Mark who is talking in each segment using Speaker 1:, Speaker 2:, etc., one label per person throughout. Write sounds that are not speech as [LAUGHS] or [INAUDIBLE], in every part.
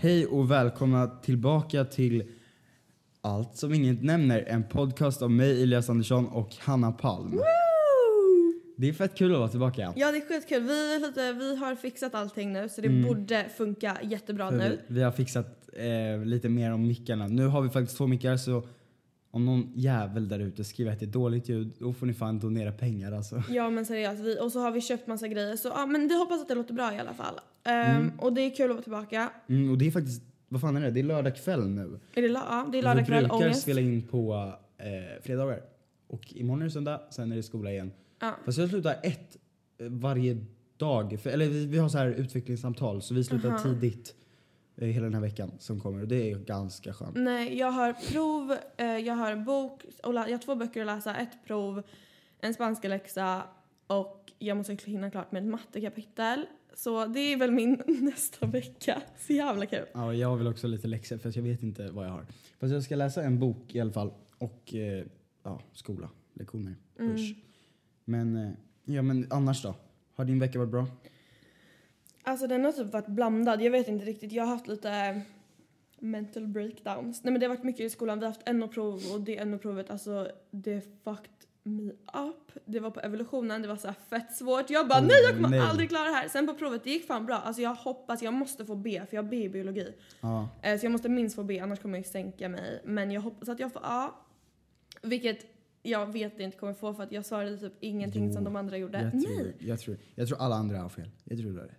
Speaker 1: Hej och välkomna tillbaka till Allt som inget nämner. En podcast av mig, Elias Andersson och Hanna Palm. Det är fett kul att vara tillbaka.
Speaker 2: Ja, det är skitkul. Vi, är lite, vi har fixat allting nu så det borde funka jättebra
Speaker 1: För
Speaker 2: nu.
Speaker 1: Vi, vi har fixat eh, lite mer om mickarna. Nu har vi faktiskt två mickar så om någon jävel där ute skriver att det är dåligt ljud då får ni fan donera pengar alltså.
Speaker 2: Ja, men seriöst. Vi, och så har vi köpt massa grejer. Så ja, men vi hoppas att det låter bra i alla fall. Ehm, Och det är kul att vara tillbaka.
Speaker 1: Mm, och det är faktiskt, vad fan är det? Det är lördag kväll nu.
Speaker 2: Är det, la- ja, det är lördag kväll,
Speaker 1: Vi brukar
Speaker 2: ångest.
Speaker 1: spela in på eh, fredagar. Och imorgon är det söndag, sen är det skola igen.
Speaker 2: Ja.
Speaker 1: Fast jag slutar ett eh, varje dag. För, eller vi, vi har så här utvecklingssamtal så vi slutar
Speaker 2: Aha.
Speaker 1: tidigt eh, hela den här veckan som kommer. Och det är ganska skönt.
Speaker 2: Nej, jag har prov, eh, jag har bok, och lä- jag har två böcker att läsa, ett prov, en spanska läxa och jag måste hinna klart med ett mattekapitel. Så det är väl min [LAUGHS] nästa vecka. Så jävla kul.
Speaker 1: Ja, och jag vill också lite läxor för jag vet inte vad jag har. Fast jag ska läsa en bok i alla fall. Och eh, ja, skola, lektioner,
Speaker 2: Mm.
Speaker 1: usch. Men, eh, ja, men annars då? Har din vecka varit bra?
Speaker 2: Alltså den har typ varit blandad. Jag vet inte riktigt. Jag har haft lite eh, mental breakdowns. Nej men det har varit mycket i skolan. Vi har haft NO-prov och det NO-provet alltså det fucked me up. Det var på evolutionen, det var så här fett svårt. Jag bara
Speaker 1: Åh,
Speaker 2: nej jag kommer
Speaker 1: nej."
Speaker 2: aldrig klara det här. Sen på provet, det gick fan bra. Alltså jag hoppas, jag måste få B för jag har B i biologi.
Speaker 1: Ja.
Speaker 2: Eh, Så jag måste minst få B annars kommer jag sänka mig. Men jag hoppas att jag får A. Vilket jag vet jag inte kommer få för att jag svarade typ ingenting
Speaker 1: Jo,
Speaker 2: som de andra gjorde.
Speaker 1: Jag
Speaker 2: Nej!
Speaker 1: tror, jag, tror, jag tror alla andra har fel. Jag tror du har rätt.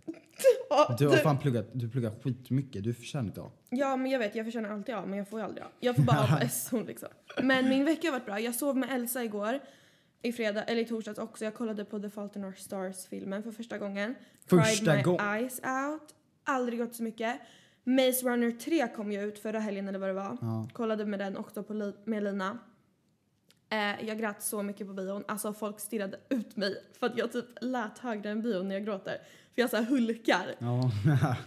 Speaker 2: Ja,
Speaker 1: Du har
Speaker 2: du-
Speaker 1: fan pluggat, du pluggar skitmycket. Du förtjänar inte A.
Speaker 2: Ja, men jag vet, jag förtjänar alltid A, men jag får ju aldrig A.
Speaker 1: [LAUGHS]
Speaker 2: Jag får bara A på S-hon liksom. Men min vecka har varit bra. Jag sov med Elsa igår, i fredag, eller i torsdags också. Jag kollade på The Fault in Our Stars-filmen för första gången.
Speaker 1: Första
Speaker 2: Cried my
Speaker 1: gång-
Speaker 2: eyes out. Aldrig gått så mycket. Maze Runner 3 kom ju ut förra helgen eller vad det var.
Speaker 1: Ja.
Speaker 2: Kollade med den också på li- med Lina. Eh, jag grät så mycket på bion. Alltså folk stirrade ut mig för att jag typ lät högre än bion när jag gråter. För jag så här hulkar.
Speaker 1: Ja. [LAUGHS]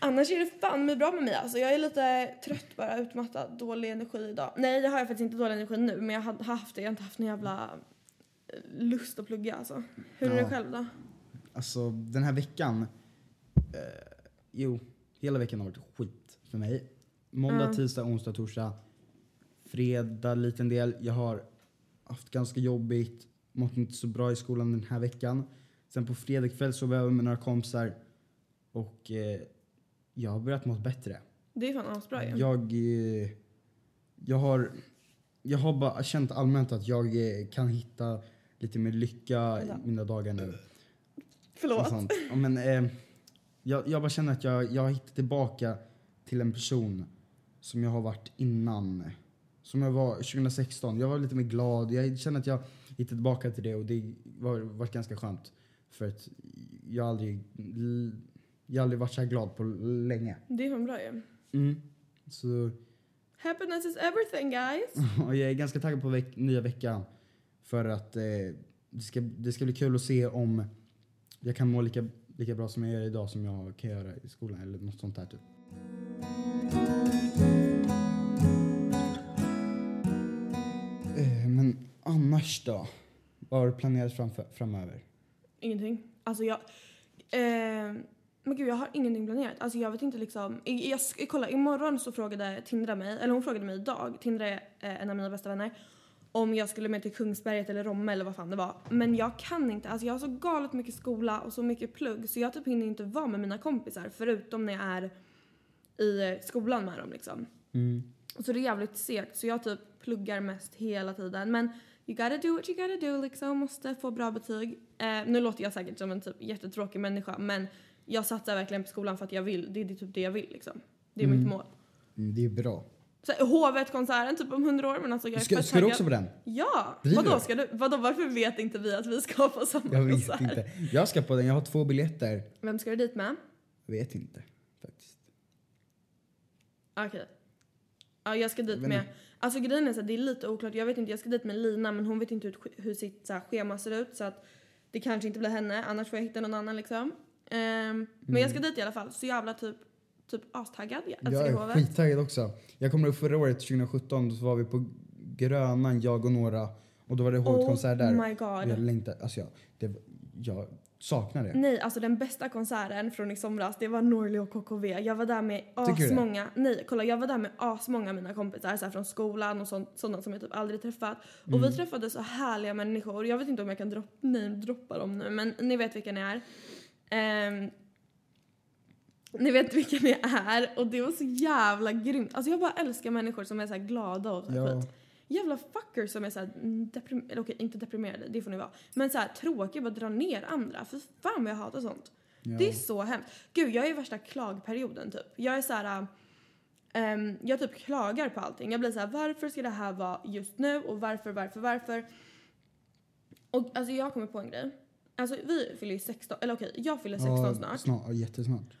Speaker 2: Annars är det fan mig bra med mig. Alltså, jag är lite trött bara, utmattad, dålig energi idag. Nej, det har jag faktiskt inte dålig energi nu, men jag har haft det. Jag har inte haft någon jävla eh, lust att plugga alltså. Hur är
Speaker 1: Ja.
Speaker 2: det själv då?
Speaker 1: Alltså den här veckan. Eh, jo, hela veckan har varit skit för mig. Måndag,
Speaker 2: Ja.
Speaker 1: tisdag, onsdag, torsdag. Fredag liten del. Jag har haft ganska jobbigt. Mått inte så bra i skolan den här veckan. Sen på fredag kväll sov jag över med några kompisar. Och eh, jag har börjat mått bättre.
Speaker 2: Det är fan asbra ju.
Speaker 1: Jag, eh, jag har, jag har bara känt allmänt att jag eh, kan hitta lite mer lycka i
Speaker 2: Vänta.
Speaker 1: mina dagar nu. Och
Speaker 2: Förlåt.
Speaker 1: sånt. Ja, Men, eh, jag, jag bara känner att jag, jag har hittat tillbaka till en person som jag har varit innan. Som jag var 2016. Jag var lite mer glad. Jag känner att jag hittade tillbaka till det och det var, varit ganska skönt. För att jag har aldrig, jag har aldrig varit så här glad på länge.
Speaker 2: Det är fan bra ju.
Speaker 1: Mm. Så
Speaker 2: Happiness is everything guys.
Speaker 1: [LAUGHS] Och jag är ganska taggad på veck- nya veckan. För att eh, det, ska, det ska bli kul att se om jag kan må lika, lika bra som jag gör idag som jag kan göra i skolan eller något sånt där typ. Eh, men annars då? Vad har du planerat framför, framöver?
Speaker 2: Ingenting. Alltså jag... Eh, men gud, jag har ingenting planerat. Alltså jag vet inte liksom... I, jag, sk- kolla, imorgon så frågade Tindra mig, eller hon frågade mig idag, Tindra är eh, en av mina bästa vänner, om jag skulle med till Kungsberget eller Romme eller vad fan det var. Men jag kan inte. Alltså jag har så galet mycket skola och så mycket plugg så jag typ hinner inte vara med mina kompisar förutom när jag är i eh, skolan med dem liksom.
Speaker 1: Mm.
Speaker 2: Så det är jävligt segt. Så jag typ pluggar mest hela tiden. Men you gotta do what you gotta do liksom. Måste få bra betyg. Eh, nu låter jag säkert som en typ jättetråkig människa men jag satsar verkligen på skolan för att jag vill. Det är det typ det jag vill liksom. Det är mitt mål.
Speaker 1: Mm, Det är bra.
Speaker 2: Så här, Hovet-konserten typ om hundra år men alltså jag är
Speaker 1: Ska,
Speaker 2: fett
Speaker 1: ska du
Speaker 2: taggad.
Speaker 1: också på den?
Speaker 2: Ja!
Speaker 1: Driver
Speaker 2: Vadå,
Speaker 1: du?
Speaker 2: ska du? Vadå varför vet inte vi att vi ska på [LAUGHS] samma
Speaker 1: Jag vet
Speaker 2: konsert?
Speaker 1: inte. Jag ska på den. Jag har två biljetter.
Speaker 2: Vem ska du dit med?
Speaker 1: Jag vet inte faktiskt.
Speaker 2: Okej. Ja, jag ska dit
Speaker 1: Men-
Speaker 2: med... Alltså grejen är så här, det är lite oklart. Jag vet inte, jag ska dit med Lina men hon vet inte hur, hur sitt så här, schema ser ut så att det kanske inte blir henne. Annars får jag hitta någon annan liksom. Ehm, Men jag ska dit i alla fall. Så jävla typ, typ astaggad. Jag älskar
Speaker 1: Mm. Jag är
Speaker 2: hovet.
Speaker 1: skittaggad också. Jag kommer ihåg förra året, 2017, så var vi på Grönan, jag och några. Och då var det hårdkonsert där.
Speaker 2: Oh my
Speaker 1: Och jag
Speaker 2: god.
Speaker 1: längtade, alltså jag, det, jag saknar det.
Speaker 2: Nej, alltså den bästa konserten från i somras det var Norli och KKV. Jag var där med
Speaker 1: Tycker du det?
Speaker 2: asmånga, nej kolla jag var där med asmånga av mina kompisar så här, från skolan och sånt, sådana som jag typ aldrig träffat. Och
Speaker 1: Mm.
Speaker 2: vi träffade så härliga människor. Jag vet inte om jag kan dropp, nej, droppa dem nu men ni vet vilka ni är. Ehm, ni vet vilka ni är och det var så jävla grymt. Alltså jag bara älskar människor som är så här glada och så här
Speaker 1: Ja.
Speaker 2: skit. Jävla fuckers som är såhär deprimerade, eller okej inte deprimerade, det får ni vara. Men såhär tråkiga, bara dra ner andra. För fan vad jag hatar sånt.
Speaker 1: Ja.
Speaker 2: Det är så hemskt. Gud jag är i värsta klagperioden typ. Jag är såhär, ehm, jag typ klagar på allting. Jag blir såhär varför ska det här vara just nu och varför, varför, varför? Och alltså jag kommer på en grej. Alltså vi fyller ju 16, eller okej jag fyller 16
Speaker 1: ja,
Speaker 2: snart.
Speaker 1: snart. Ja, jättesnart.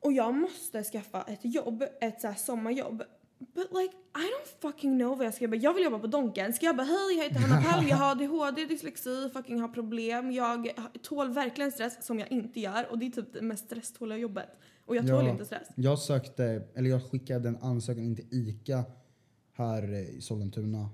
Speaker 2: Och jag måste skaffa ett jobb, ett så här sommarjobb. But like I don't fucking know vad jag ska jobba. Jag vill jobba på Donken. Ska jag bara hej jag heter Hanna Palm, jag har ADHD, dyslexi, fucking har problem. Jag tål verkligen stress som jag inte gör och det är typ det mest stresståliga jobbet. Och jag
Speaker 1: Ja.
Speaker 2: tål inte stress.
Speaker 1: Jag sökte, eller jag skickade en ansökan in till ICA här i Sollentuna.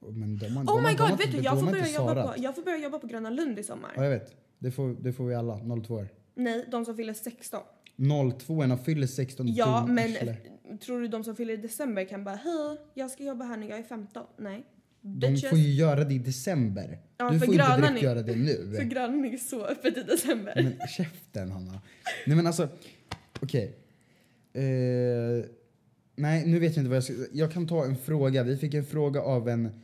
Speaker 1: Men de, har- de,
Speaker 2: Oh
Speaker 1: har-
Speaker 2: my
Speaker 1: de har
Speaker 2: god, vet
Speaker 1: inte-
Speaker 2: du
Speaker 1: de har
Speaker 2: jag får,
Speaker 1: inte
Speaker 2: börja jobba
Speaker 1: svarat.
Speaker 2: på, jag får börja jobba på Gröna Lund i sommar.
Speaker 1: Ja, jag vet. Det får, det får vi alla, 02 år.
Speaker 2: Nej, de som fyller 16.
Speaker 1: 02 erna fyller 16.
Speaker 2: Ja,
Speaker 1: dum
Speaker 2: men
Speaker 1: arsle.
Speaker 2: tror du de som fyller i december kan bara hej, jag ska jobba här när jag är 15? Nej.
Speaker 1: De får ju göra det i december.
Speaker 2: Ja,
Speaker 1: du
Speaker 2: för
Speaker 1: får inte
Speaker 2: granar
Speaker 1: direkt
Speaker 2: ni-
Speaker 1: göra det nu.
Speaker 2: För grannen är så öppet i december.
Speaker 1: Men käften Hanna. Nej men alltså, okej. Eh, nej nu vet jag inte vad jag ska, jag kan ta en fråga. Vi fick en fråga av en,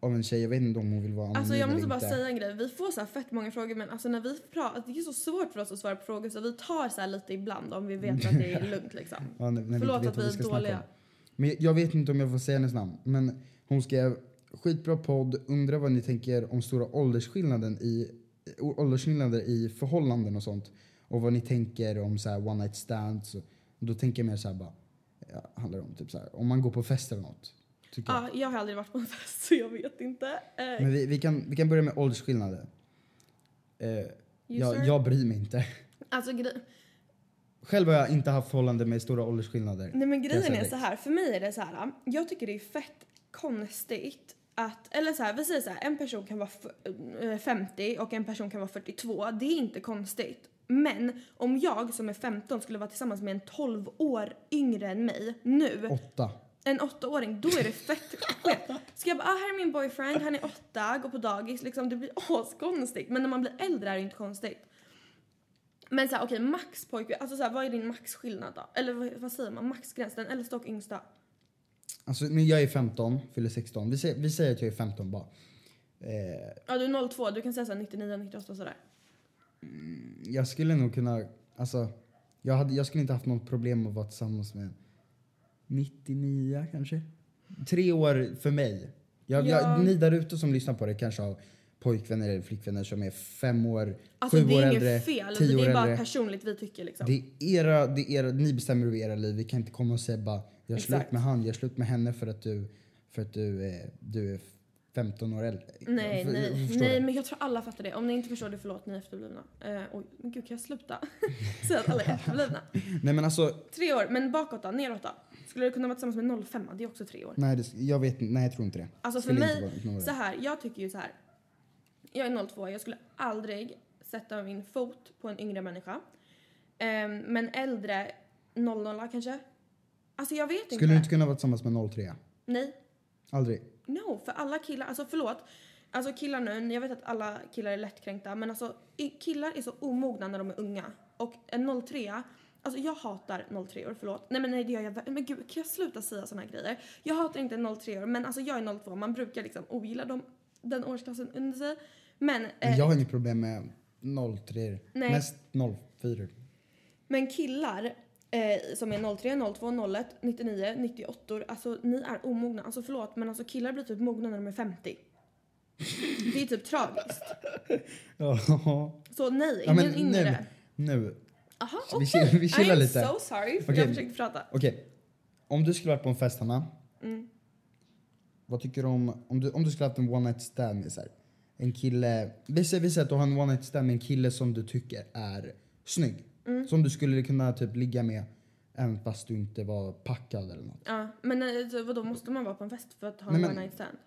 Speaker 1: av en tjej, jag vet inte om hon vill vara anonym
Speaker 2: Alltså jag
Speaker 1: eller
Speaker 2: måste bara
Speaker 1: inte.
Speaker 2: säga en grej. Vi får så här fett många frågor men alltså när vi pratar, det är så svårt för oss att svara på frågor så vi tar så här lite ibland om vi vet att det är
Speaker 1: [LAUGHS]
Speaker 2: lugnt liksom.
Speaker 1: Ja, när, när
Speaker 2: Förlåt
Speaker 1: vi inte vet vad vi
Speaker 2: att vi är
Speaker 1: ska snacka
Speaker 2: dåliga.
Speaker 1: om. Men jag vet inte om jag får säga hennes namn. Men hon skrev skitbra podd, undrar vad ni tänker om stora åldersskillnaden i, åldersskillnader i förhållanden och sånt. Och vad ni tänker om så här one night stands. Och Då tänker jag mer så här bara, ja, handlar det om typ så här, om man går på fest eller något. Tycker jag.
Speaker 2: Ja, jag har aldrig varit på en fest så jag vet inte. Eh,
Speaker 1: Men vi, vi, kan, vi kan börja med åldersskillnader. Eh,
Speaker 2: you sure?
Speaker 1: jag, jag bryr mig inte.
Speaker 2: Alltså gre-
Speaker 1: Själv har jag inte haft förhållanden med stora åldersskillnader.
Speaker 2: Nej men
Speaker 1: säga
Speaker 2: grejen är
Speaker 1: direkt.
Speaker 2: så här, för mig är det så här. Jag tycker det är fett konstigt att, eller så här, vi säger så här, en person kan vara f- eh, 50 och en person kan vara 42. Det är inte konstigt. Men om jag som är 15 skulle vara tillsammans med en 12 år yngre än mig nu,
Speaker 1: Åtta.
Speaker 2: en åttaåring, då är det fett skevt. Ska jag bara, ah, här är min boyfriend, han är åtta, går på dagis, liksom, det blir [LAUGHS] askonstigt. Men när man blir äldre är det inte konstigt. Men såhär, okej, max pojkvän, alltså såhär, vad är din maxskillnad då? Eller vad, vad säger man, maxgräns, den äldsta och yngsta?
Speaker 1: Alltså nu jag är 15, fyller 16. Vi säger, vi säger att jag är 15 bara. Eh,
Speaker 2: Ja, du är 02, du kan säga såhär 99, 98 och sådär.
Speaker 1: jag skulle nog kunna, alltså jag, hade, jag skulle inte haft något problem att vara tillsammans med en 99 kanske. Tre år för mig. Jag,
Speaker 2: Ja.
Speaker 1: jag, ni där ute som lyssnar på det kanske har pojkvänner eller flickvänner som är fem år,
Speaker 2: Alltså
Speaker 1: sju
Speaker 2: det
Speaker 1: år
Speaker 2: är
Speaker 1: äldre,
Speaker 2: inget fel, Alltså, det
Speaker 1: tio år
Speaker 2: är bara
Speaker 1: äldre.
Speaker 2: personligt vi tycker liksom.
Speaker 1: Det är, era, det är era, ni bestämmer över era liv. Vi kan inte komma och säga bara jag är slut
Speaker 2: Exakt.
Speaker 1: med han, jag är slut med henne för att du, för att du, eh, du är 15 år äldre.
Speaker 2: Nej,
Speaker 1: För-
Speaker 2: nej,
Speaker 1: förstår
Speaker 2: nej,
Speaker 1: du?
Speaker 2: men jag tror alla fattar det. Om ni inte förstår det, förlåt, ni är efterblivna. Eh, oj, men gud kan jag sluta [LAUGHS] säga att alla är efterblivna?
Speaker 1: nej men alltså
Speaker 2: Tre år, men bakåt då, neråt då? Skulle du kunna vara tillsammans med 05? Det är också tre år.
Speaker 1: Nej, det, jag vet inte. Nej, jag tror inte det.
Speaker 2: Alltså för
Speaker 1: Skulle
Speaker 2: mig,
Speaker 1: inte vara några.
Speaker 2: så här, jag tycker ju så här. Jag är 02, jag skulle aldrig sätta min fot på en yngre människa. Ehm, men äldre, 00 kanske? Alltså jag vet
Speaker 1: Skulle du
Speaker 2: inte.
Speaker 1: inte kunna vara tillsammans med 03?
Speaker 2: Nej,
Speaker 1: Aldrig.
Speaker 2: No, för alla killar, alltså förlåt. Alltså killar nu, jag vet att alla killar är lättkränkta men alltså i- killar är så omogna när de är unga. Och en 03, alltså jag hatar 03 år, förlåt. Nej men nej det gör jag ver- Men gud kan jag sluta säga såna här grejer? Jag hatar inte 03 år men alltså jag är 02, man brukar liksom ogilla dem, den årsklassen under sig. Men, eh,
Speaker 1: Men jag har inget problem med 03.
Speaker 2: Nej.
Speaker 1: Mest 04.
Speaker 2: men killar eh, som är 03, 02, 01, 99, 98 alltså ni är omogna. Alltså förlåt men alltså killar blir typ mogna när de är 50. Det är typ tragiskt.
Speaker 1: Ja.
Speaker 2: Så nej,
Speaker 1: ja
Speaker 2: ingen
Speaker 1: men nu.
Speaker 2: yngre.
Speaker 1: Nu.
Speaker 2: Aha,
Speaker 1: Vi
Speaker 2: okej.
Speaker 1: chill- vi chillar
Speaker 2: I'm
Speaker 1: lite.
Speaker 2: so sorry för
Speaker 1: Okej.
Speaker 2: jag försökte prata.
Speaker 1: Okej. Om du skulle varit på en fest, Hanna.
Speaker 2: Mm.
Speaker 1: Vad tycker du om... Om du, om du skulle haft en one night stand med så här, en kille... Vi säger, vi säger att du har en one night stand med en kille som du tycker är snygg.
Speaker 2: Mm.
Speaker 1: Som du skulle kunna typ ligga med även fast du inte var packad eller något.
Speaker 2: Ja, men eh, så vadå, måste man vara på en fest för att ha
Speaker 1: Nej,
Speaker 2: en
Speaker 1: men-
Speaker 2: one night stand?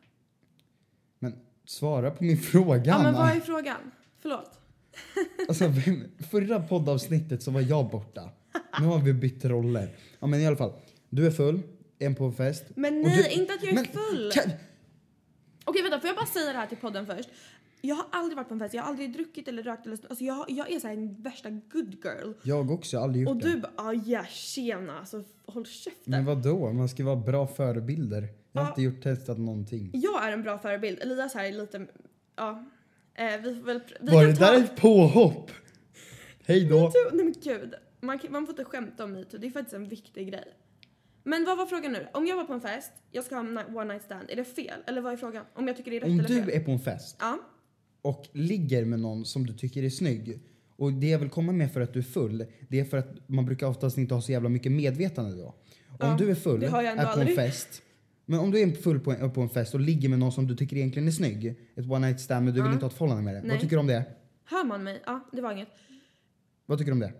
Speaker 1: Svara på min [LAUGHS] fråga,
Speaker 2: Ja, men
Speaker 1: Anna.
Speaker 2: vad är frågan? Förlåt.
Speaker 1: Alltså, vem- förra poddavsnittet så var jag borta. Nu har vi bytt roller. Ja, men i alla fall. Du är full, en på en fest.
Speaker 2: Men
Speaker 1: Och
Speaker 2: nej,
Speaker 1: du-
Speaker 2: inte att jag är
Speaker 1: men-
Speaker 2: full.
Speaker 1: Kan,
Speaker 2: Okej vänta, får jag bara säga det här till podden först? Jag har aldrig varit på en fest, jag har aldrig druckit eller rökt eller alltså jag, har- jag är så här en värsta good girl.
Speaker 1: jag också, jag har aldrig gjort
Speaker 2: Och
Speaker 1: det.
Speaker 2: du bara ah, ja tjena alltså f- håll käften.
Speaker 1: Men vad då? Man ska vara bra förebilder. Jag har
Speaker 2: Ja.
Speaker 1: inte gjort testat någonting.
Speaker 2: Jag är en bra förebild, Elias här är lite, ja. Eh, vi får väl, pr- vi
Speaker 1: Var
Speaker 2: kan
Speaker 1: det
Speaker 2: ta-
Speaker 1: där ett påhopp? Hej då.
Speaker 2: Metoo- Nej men gud, man, kan, man får inte skämta om metoo, det är faktiskt en viktig grej. Men vad var frågan nu? Om jag var på en fest, jag ska ha en ni- one night stand, är det fel? Eller vad är frågan? Om jag tycker det är typ, rätt
Speaker 1: Om
Speaker 2: eller fel?
Speaker 1: du är på en fest
Speaker 2: Ja.
Speaker 1: och ligger med någon som du tycker är snygg och det jag vill komma med för att du är full, det är för att man brukar oftast inte ha så jävla mycket medvetande då. Om
Speaker 2: Ja,
Speaker 1: du är full,
Speaker 2: det har jag ändå
Speaker 1: är på
Speaker 2: aldrig.
Speaker 1: en fest, men om du är full på en, på en fest och ligger med någon som du tycker egentligen är snygg, ett one night stand men du
Speaker 2: Ja.
Speaker 1: vill inte ha ett förhållande med det.
Speaker 2: Nej.
Speaker 1: Vad tycker du om det?
Speaker 2: Hör man mig? Ja, det var inget.
Speaker 1: Vad tycker du om det?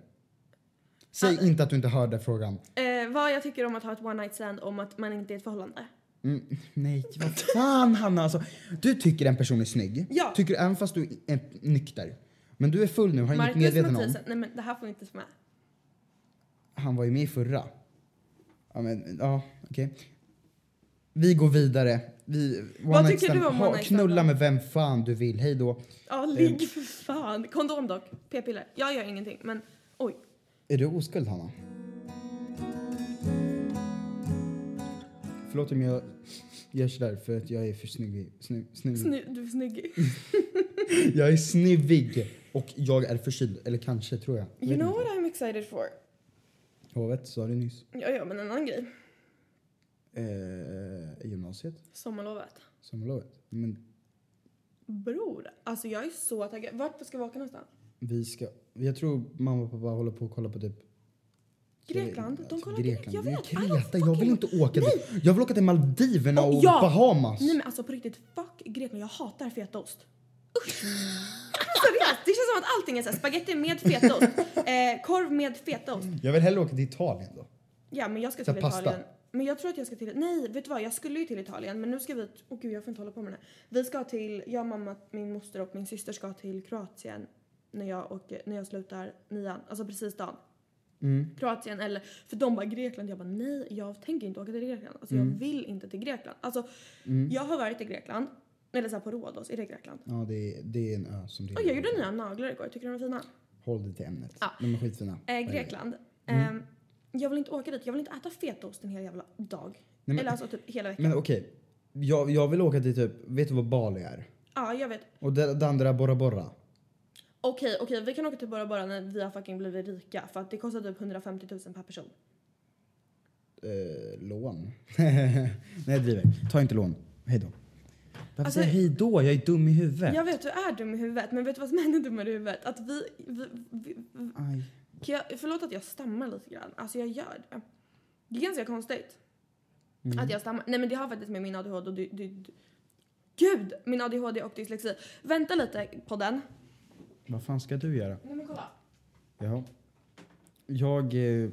Speaker 1: Säg
Speaker 2: Ja.
Speaker 1: inte att du inte hörde frågan.
Speaker 2: Eh, vad jag tycker om att ha ett one night stand om att man inte är i ett förhållande?
Speaker 1: Mm, nej, vad fan Hanna alltså. Du tycker en person är snygg.
Speaker 2: Ja.
Speaker 1: Tycker även fast du är nykter. Men du är full nu, har inget medveten om.
Speaker 2: nej men det här får vi inte ta med.
Speaker 1: Han var ju med i förra. Ja, men ja, okej. Vi går vidare. Vi, one
Speaker 2: Vad
Speaker 1: night
Speaker 2: tycker
Speaker 1: stand.
Speaker 2: du om
Speaker 1: Ha-
Speaker 2: one night stand
Speaker 1: Knulla
Speaker 2: då?
Speaker 1: med vem fan du vill, hej då.
Speaker 2: Ja,
Speaker 1: Eh.
Speaker 2: ligg för fan. Kondom dock. P-piller. Jag gör ingenting men oj.
Speaker 1: Är du oskuld Hanna? Förlåt om jag gör sådär för att jag är för snygg. Snu, snu,
Speaker 2: Sny, du
Speaker 1: [LAUGHS]
Speaker 2: är snygg.
Speaker 1: Jag är snuvig och jag är förkyld. Eller kanske tror jag.
Speaker 2: You know what I'm excited for?
Speaker 1: Hovet, sa du nyss.
Speaker 2: Ja, ja men en annan grej.
Speaker 1: Eh, gymnasiet,
Speaker 2: Sommarlovet.
Speaker 1: sommarlovet. Men
Speaker 2: Bror, alltså jag är så taggad. Vart ska vi åka någonstans?
Speaker 1: vi ska... Jag tror mamma och pappa håller på att kolla på typ... alltså,
Speaker 2: Grekland? De kollar
Speaker 1: Grekland.
Speaker 2: Jag
Speaker 1: Det är
Speaker 2: vet. I don't
Speaker 1: Kreta.
Speaker 2: fucking
Speaker 1: Jag vill inte åka
Speaker 2: Nej.
Speaker 1: dit. Jag vill åka till Maldiverna
Speaker 2: Åh,
Speaker 1: och
Speaker 2: ja.
Speaker 1: Bahamas.
Speaker 2: Nej men alltså på riktigt, fuck Grekland. Jag hatar fetaost. Usch! Seriöst, det känns som att allting är såhär spagetti med
Speaker 1: [LAUGHS]
Speaker 2: fetaost, eh, korv med fetaost.
Speaker 1: Jag vill hellre åka till Italien då.
Speaker 2: Ja men jag ska
Speaker 1: Så
Speaker 2: till
Speaker 1: pasta.
Speaker 2: Italien. Men jag tror att jag ska till, nej vet du vad jag skulle ju till Italien men nu ska vi, åh gud jag får inte hålla på med det här. Vi ska till, jag, mamma, min moster och min syster ska till Kroatien när jag, åker, när jag slutar nian, alltså precis dagen.
Speaker 1: Mm.
Speaker 2: Kroatien eller, för de bara Grekland, jag bara nej jag tänker inte åka till Grekland. Alltså jag
Speaker 1: Mm.
Speaker 2: vill inte till Grekland. Alltså
Speaker 1: Mm.
Speaker 2: jag har varit i Grekland, eller såhär på Rhodos, är det Grekland?
Speaker 1: Ja, det är, det är en ö som det
Speaker 2: Och jag gjorde nya naglar igår, jag tycker de var fina.
Speaker 1: Håll dig till ämnet.
Speaker 2: Ja.
Speaker 1: De är skitfina.
Speaker 2: Eh, Grekland.
Speaker 1: Mm.
Speaker 2: Ehm, jag vill inte åka dit, jag vill inte äta fetaost en hel jävla dag.
Speaker 1: Nej,
Speaker 2: Eller
Speaker 1: men,
Speaker 2: alltså typ hela veckan.
Speaker 1: men okej. Jag, jag vill åka till typ... Vet du vad Bali är?
Speaker 2: Ja jag vet.
Speaker 1: Och det, det andra Bora Bora.
Speaker 2: Okej, okej, vi kan åka till Bora Bora när vi har fucking blivit rika för att det kostar typ 150 000 per person.
Speaker 1: Eh, lån. [LAUGHS] Nej, jag driver. Ta inte lån. Hej då. Varför
Speaker 2: Alltså-
Speaker 1: säger jag hej då? Jag är dum i huvudet.
Speaker 2: Jag vet du är dum i huvudet, men vet du vad som är dum i huvudet? Att vi... vi, vi, vi
Speaker 1: Aj.
Speaker 2: kan jag, förlåt att jag stammar lite grann, alltså jag gör det. Det är ganska konstigt
Speaker 1: Mm.
Speaker 2: att jag stammar. Nej men det har faktiskt med min ADHD och du, du, du. Gud! Min ADHD och dyslexi. Vänta lite podden.
Speaker 1: Vad fan ska du göra?
Speaker 2: Nej men kolla.
Speaker 1: Ja. Jag eh,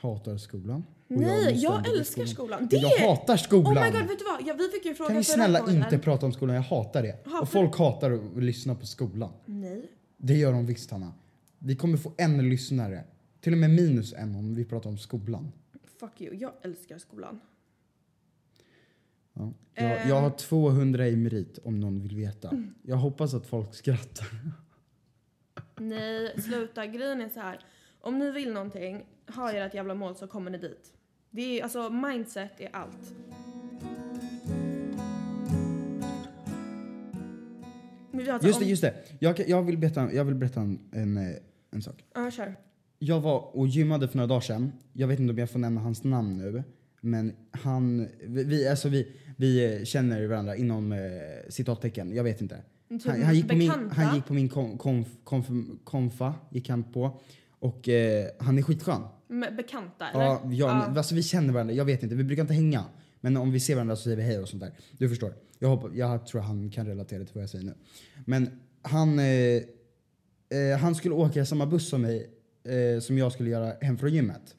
Speaker 1: hatar skolan. Och är
Speaker 2: Nej, jag,
Speaker 1: motståndare till
Speaker 2: älskar skolan. Det
Speaker 1: Men Jag
Speaker 2: är...
Speaker 1: hatar skolan!
Speaker 2: Oh my god, vet du vad? Ja, vi fick ju en fråga
Speaker 1: kan vi
Speaker 2: förra
Speaker 1: snälla
Speaker 2: gången.
Speaker 1: inte prata om skolan? Jag hatar det.
Speaker 2: Jaha,
Speaker 1: och
Speaker 2: för-
Speaker 1: folk hatar att lyssna på skolan.
Speaker 2: Nej.
Speaker 1: Det gör de visst, Hanna. Vi kommer få en lyssnare. Till och med minus en om vi pratar om skolan.
Speaker 2: Fuck you, jag älskar skolan.
Speaker 1: Ja. Jag,
Speaker 2: Eh. Mm.
Speaker 1: jag har 200 i merit om någon vill veta. Jag hoppas att folk skrattar.
Speaker 2: Alltså, Nej, sluta. Grejen är så här. Om ni vill någonting, har ert jävla mål så kommer ni dit. Det är alltså mindset är allt. Men vi har alltså
Speaker 1: Just det,
Speaker 2: om-
Speaker 1: just det. Jag, kan- jag vill berätta, jag vill berätta en, en, eh, en sak.
Speaker 2: Ja, kör.
Speaker 1: Jag var och gymmade för några dagar sedan. Jag vet inte om jag får nämna hans namn nu. Men han, vi- vi, alltså vi, vi eh, känner varandra inom eh, citattecken. Jag vet inte.
Speaker 2: Typ
Speaker 1: Han, han, gick, på min,
Speaker 2: bekanta.
Speaker 1: han gick på min kom, konf, konf, konfa, gick han på. Och eh, han är skitskön.
Speaker 2: Med bekanta, eller?
Speaker 1: Ja, ja,
Speaker 2: Ja.
Speaker 1: Men, alltså, vi känner varandra. Jag vet inte, vi brukar inte hänga. Men om vi ser varandra så säger vi hej och sånt där. Du förstår. Jag, hoppas, jag tror han kan relatera till vad jag säger nu. Men han, eh, eh, han skulle åka i samma buss som mig eh, som jag skulle göra hem från gymmet.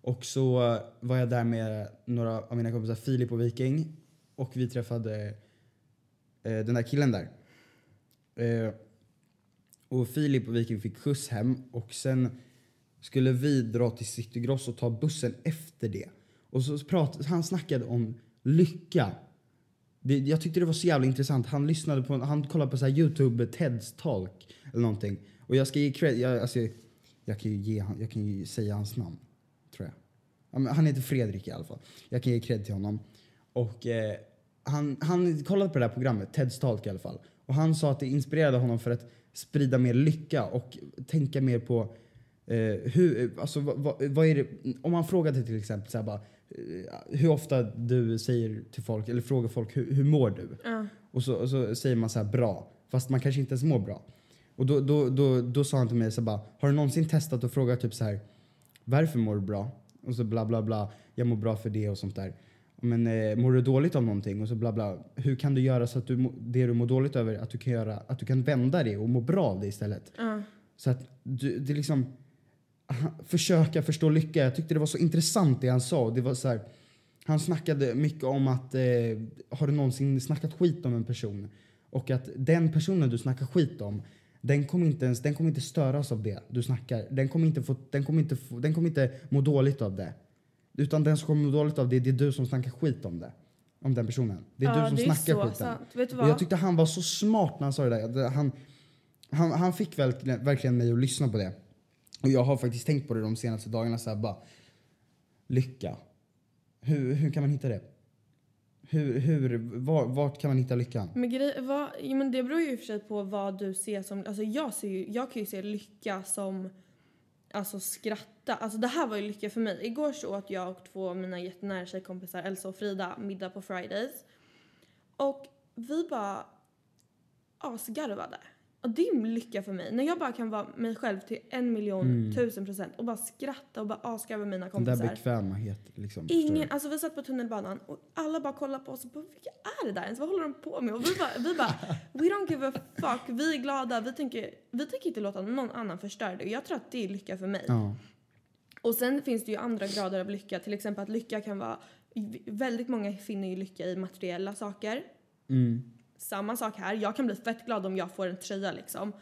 Speaker 1: Och så eh, var jag där med några av mina kompisar, Filip och Viking. Och vi träffade eh, den där killen där. Eh, och Filip och Viking fick skjuts hem och sen skulle vi dra till Citygross och ta bussen efter det. Och så prat, han snackade om lycka. Det, jag tyckte det var så jävla intressant. Han lyssnade på, han kollade på så här Youtube Teds talk eller någonting. Och jag ska ge cred, jag, alltså, jag kan ju ge han, jag kan ju säga hans namn. Tror jag. Ja, men Han heter Fredrik i alla fall. Jag kan ge cred till honom. Och eh, han, han kollade på det här programmet, Teds Talk i alla fall. Och han sa att det inspirerade honom för att sprida mer lycka och tänka mer på eh, hur, alltså vad, vad, vad är det, om man frågade till exempel så här bara, eh, hur ofta du säger till folk, eller frågar folk hur, hur mår du?
Speaker 2: Ja.
Speaker 1: Och så, och så säger man så här bra, fast man kanske inte ens mår bra. Och då, då, då, då sa han till mig så här bara, har du någonsin testat att fråga typ så här, varför mår du bra? Och så bla bla bla, jag mår bra för det och sånt där. Men eh, mår du dåligt av någonting? Och så bla bla, hur kan du göra så att du, må- det du mår dåligt över, att du kan göra, att du kan vända det och må bra av det istället?
Speaker 2: Ja.
Speaker 1: Så att du, det är liksom, aha, försöka förstå lycka. Jag tyckte det var så intressant det han sa. Och Det var så här, han snackade mycket om att, eh, har du någonsin snackat skit om en person? Och att den personen du snackar skit om, den kommer inte, ens, den kommer inte störas av det du snackar. Den kommer inte, få, den kommer inte, få, den kommer inte må dåligt av det. Utan den som kommer må dåligt av det, det är du som snackar skit om det. Om den personen. Det är
Speaker 2: ja,
Speaker 1: du som
Speaker 2: det
Speaker 1: snackar
Speaker 2: är så Alltså,
Speaker 1: skiten.
Speaker 2: sant. Vet du
Speaker 1: Och
Speaker 2: vad?
Speaker 1: jag tyckte han var så smart när han sa det där. Det- Han, han, han fick verkligen, verkligen mig att lyssna på det. Och jag har faktiskt tänkt på det de senaste dagarna. Så här, bara, lycka. Hur, hur kan man hitta det? Hur, hur, var, vart kan man hitta lyckan?
Speaker 2: Men, grej, vad, ja, men det beror ju i och för sig på vad du ser som... Alltså jag, ser ju, jag kan ju se lycka som alltså skratta. Alltså det här var ju lycka för mig. Igår så åt jag och två av mina jättenära tjejkompisar, Elsa och Frida, middag på Fridays. Och vi bara asgarvade. Och det är ju lycka för mig. När jag bara kan vara mig själv till en miljon
Speaker 1: Mm.
Speaker 2: tusen procent och bara skratta och bara asgarva med mina
Speaker 1: Den där
Speaker 2: kompisar.
Speaker 1: bekvämhet. Liksom, förstår du?
Speaker 2: Ingen, alltså vi satt på tunnelbanan och alla bara kollade på oss och bara, vilka är det där ens? Vad håller de på med? Och vi bara, vi
Speaker 1: [LAUGHS]
Speaker 2: bara, we don't give a fuck. Vi är glada. Vi tänker, vi tänker inte låta någon annan förstöra det. Jag tror att det är lycka för mig.
Speaker 1: Ja.
Speaker 2: Och sen finns det ju andra grader av lycka. Till exempel att lycka kan vara, väldigt många finner ju lycka i materiella saker.
Speaker 1: Mm.
Speaker 2: Samma sak här. Jag kan bli fett glad om jag får en tröja liksom.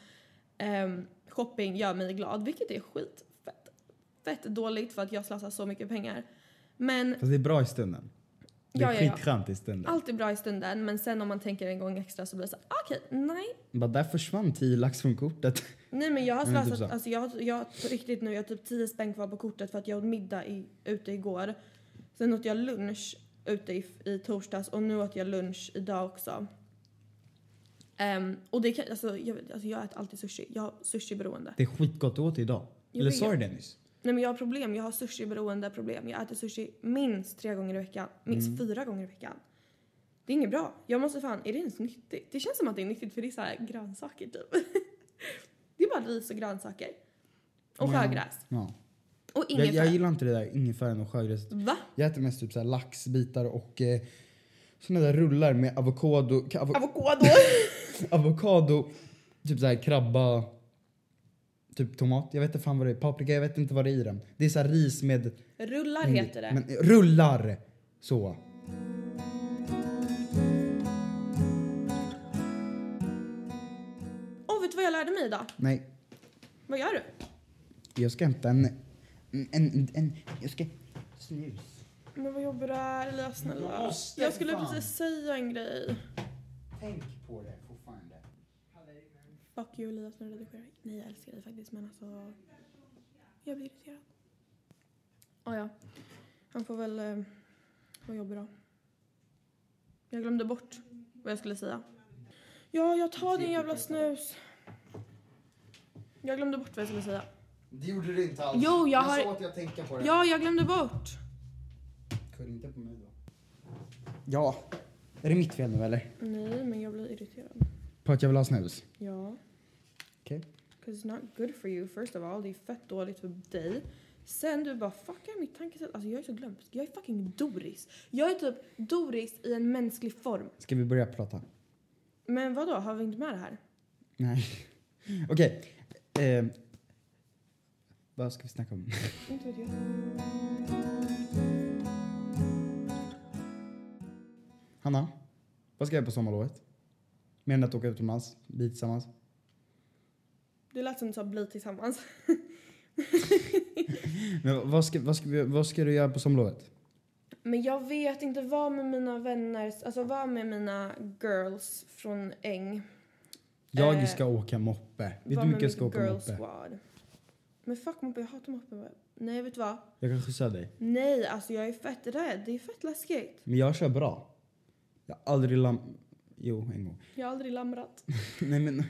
Speaker 2: Ehm, shopping gör mig glad, vilket är skit fett, fett dåligt för att jag slösar så mycket pengar. Men
Speaker 1: Fast det är bra i stunden. Det är
Speaker 2: Ja, ja, ja.
Speaker 1: skitskönt i stunden.
Speaker 2: Allt är bra i stunden men sen om man tänker en gång extra så blir det så här, okej, nej.
Speaker 1: Bara, där försvann 10 lax från kortet. [LAUGHS]
Speaker 2: Nej men jag har
Speaker 1: Ja, men typ
Speaker 2: slösat,
Speaker 1: så.
Speaker 2: alltså jag, har- jag har på riktigt nu, jag har typ 10 spänn kvar på kortet för att jag åt middag i, ute igår. Sen åt jag lunch ute i, i torsdags och nu åt jag lunch idag också. Ehm, och det kan, alltså jag, vet- alltså jag äter alltid sushi, jag har sushiberoende.
Speaker 1: Det är skitgott du åt idag.
Speaker 2: Jag
Speaker 1: Eller
Speaker 2: vet.
Speaker 1: sa du det nyss?
Speaker 2: Nej men jag har problem, jag har sushiberoende problem. Jag äter sushi minst tre gånger i veckan, minst
Speaker 1: Mm.
Speaker 2: fyra gånger i veckan. Det är inget bra. Jag måste fan, är det ens nyttigt? Det känns som att det är nyttigt för det är så här grönsaker typ. [LAUGHS] det är bara ris och grönsaker. Och
Speaker 1: Ja.
Speaker 2: sjögräs.
Speaker 1: Ja.
Speaker 2: Och
Speaker 1: Jag,
Speaker 2: ingefära.
Speaker 1: jag gillar inte det där ingefäran och sjögräset.
Speaker 2: Va?
Speaker 1: Jag äter mest typ så här laxbitar och eh, såna där rullar med avokado, ka- avo,
Speaker 2: Avokado!
Speaker 1: [LAUGHS]
Speaker 2: [LAUGHS]
Speaker 1: avokado typ så här krabba, typ tomat. Jag vet inte fan vad det är. Paprika, jag vet inte vad det är i den. Det är så här ris med...
Speaker 2: Rullar heter det.
Speaker 1: Men, rullar! Så.
Speaker 2: Åh, vet du vad jag lärde mig idag?
Speaker 1: Nej,
Speaker 2: Vad gör du?
Speaker 1: jag ska hämta en... En, en, en jag ska... Snus.
Speaker 2: Men vad jobbar du är Elias
Speaker 1: Jag
Speaker 2: snälla?
Speaker 1: måste,
Speaker 2: Jag skulle
Speaker 1: fan.
Speaker 2: precis säga en grej.
Speaker 1: Tänk på det fortfarande.
Speaker 2: Fuck you Elias när du redigerar. Nej jag älskar dig faktiskt men alltså. Jag blir irriterad. Ah, ja. Han får väl eh, vara jobbig då. Jag glömde bort vad jag skulle säga. Ja jag tar din jävla snus. Jag glömde bort vad jag skulle säga.
Speaker 1: Det gjorde du inte alls.
Speaker 2: Jo, jag Jag har- sa
Speaker 1: åt jag tänka på
Speaker 2: Ja jag glömde bort.
Speaker 1: Kunde inte på mig då. Ja. Är det mitt fel nu eller?
Speaker 2: Nej men jag blir irriterad.
Speaker 1: På att jag vill ha snus?
Speaker 2: Ja.
Speaker 1: Okej.
Speaker 2: Cause it's not good for you first of all. Det är fett dåligt för dig. Sen du bara fuckar mitt tankesätt. Alltså jag är så glömsk. Jag är fucking Doris. Jag är typ Doris i en mänsklig form.
Speaker 1: Ska vi börja prata?
Speaker 2: Men vad då? har vi inte med det här?
Speaker 1: Nej. [LAUGHS] Okej. Ehm, vad ska vi snacka om?
Speaker 2: Inte vet jag.
Speaker 1: Hanna, vad ska jag göra på sommarlovet? Mer än att åka utomlands, bli tillsammans.
Speaker 2: Det lät som du sa bli tillsammans. [LAUGHS]
Speaker 1: Men vad ska, vad ska, vi- vad ska du göra på sommarlovet?
Speaker 2: Men jag vet inte, var med mina vänner, alltså var med mina girls från Äng.
Speaker 1: Jag
Speaker 2: Eh,
Speaker 1: ska åka moppe. Vet du
Speaker 2: var
Speaker 1: hur
Speaker 2: med
Speaker 1: mycket jag ska
Speaker 2: mitt
Speaker 1: åka
Speaker 2: girl
Speaker 1: moppe?
Speaker 2: Squad. Men fuck moppe, jag hatar moppe. Nej vet du vad?
Speaker 1: Jag kan skjutsa dig.
Speaker 2: Nej alltså jag är fett rädd, det är fett läskigt.
Speaker 1: Men jag kör bra. Jag har aldrig lam... Jo, en gång. [LAUGHS]
Speaker 2: Jag har aldrig lamrat.
Speaker 1: Nej men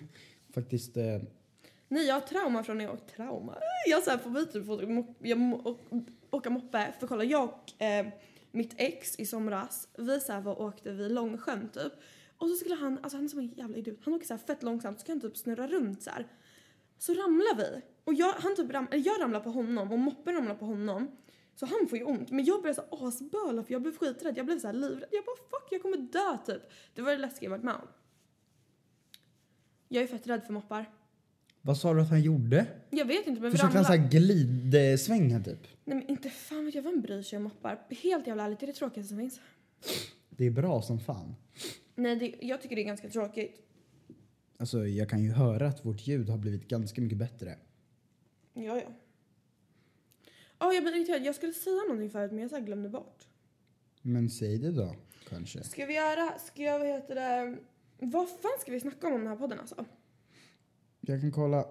Speaker 1: faktiskt. Eh,
Speaker 2: Nej jag har trauma från när jag åkte trauma. Jag har så här fobi typ för att mo- jag må- å- åka moppe. För kolla jag och eh, mitt ex i somras, vi så här var och åkte vid Långsjön typ. Och så skulle han, alltså han är som en jävla idiot, han åker så här fett långsamt så kan han typ snurra runt så här. Så ramlar vi. Och jag, han typ ram, eller jag ramlar på honom och moppen ramlar på honom. Så han får ju ont. Men jag började så här asböla för jag blev skiträdd. Jag blev så här livrädd. Jag bara fuck jag kommer dö typ. Det var det läskigaste jag varit med om. Jag är fett rädd för moppar.
Speaker 1: vad sa du att han gjorde?
Speaker 2: Jag vet inte men vi
Speaker 1: Försökte han
Speaker 2: ramlade.
Speaker 1: såhär glidsvänga typ?
Speaker 2: Nej men inte fan vet jag vem bryr sig om moppar. Helt jävla ärligt, det är det tråkigaste som finns.
Speaker 1: Det är bra som fan.
Speaker 2: Nej det, jag tycker det är ganska tråkigt.
Speaker 1: Alltså jag kan ju höra att vårt ljud har blivit ganska mycket bättre.
Speaker 2: Ja ja. Ja jag blir irriterad, jag skulle säga någonting förut men jag så här glömde bort.
Speaker 1: Men säg det då, kanske.
Speaker 2: Ska vi göra, ska jag vad heter det, vad fan ska vi snacka om i den här podden alltså?
Speaker 1: Jag kan kolla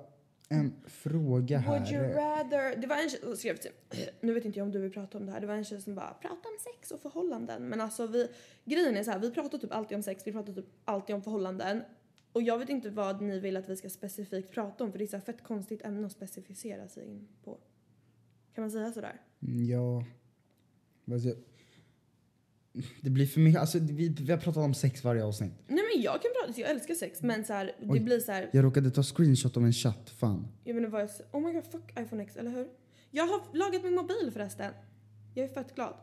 Speaker 1: en fråga
Speaker 2: Would you
Speaker 1: här.
Speaker 2: rather, det var en tjej som skrev till, [CLEARS THROAT] nu vet inte jag om du vill prata om det här, det var en tjej som bara prata om sex och förhållanden. Men alltså vi, grejen är så här, vi pratar typ alltid om sex, vi pratar typ alltid om förhållanden. Och jag vet inte vad ni vill att vi ska specifikt prata om för det är så här fett konstigt ämne att specificera sig in på. Kan man säga sådär?
Speaker 1: Mm, Ja. Vad ska jag- Det blir för mycket. Alltså vi, vi har pratat om sex varje avsnitt.
Speaker 2: Nej men jag kan prata, jag älskar sex men så här, det
Speaker 1: Oj.
Speaker 2: blir så här,
Speaker 1: Jag råkade ta screenshot av en chatt, fan.
Speaker 2: jag menar vad jag, s- oh my god fuck iPhone X, eller hur? Jag har lagat min mobil förresten. Jag är fett glad.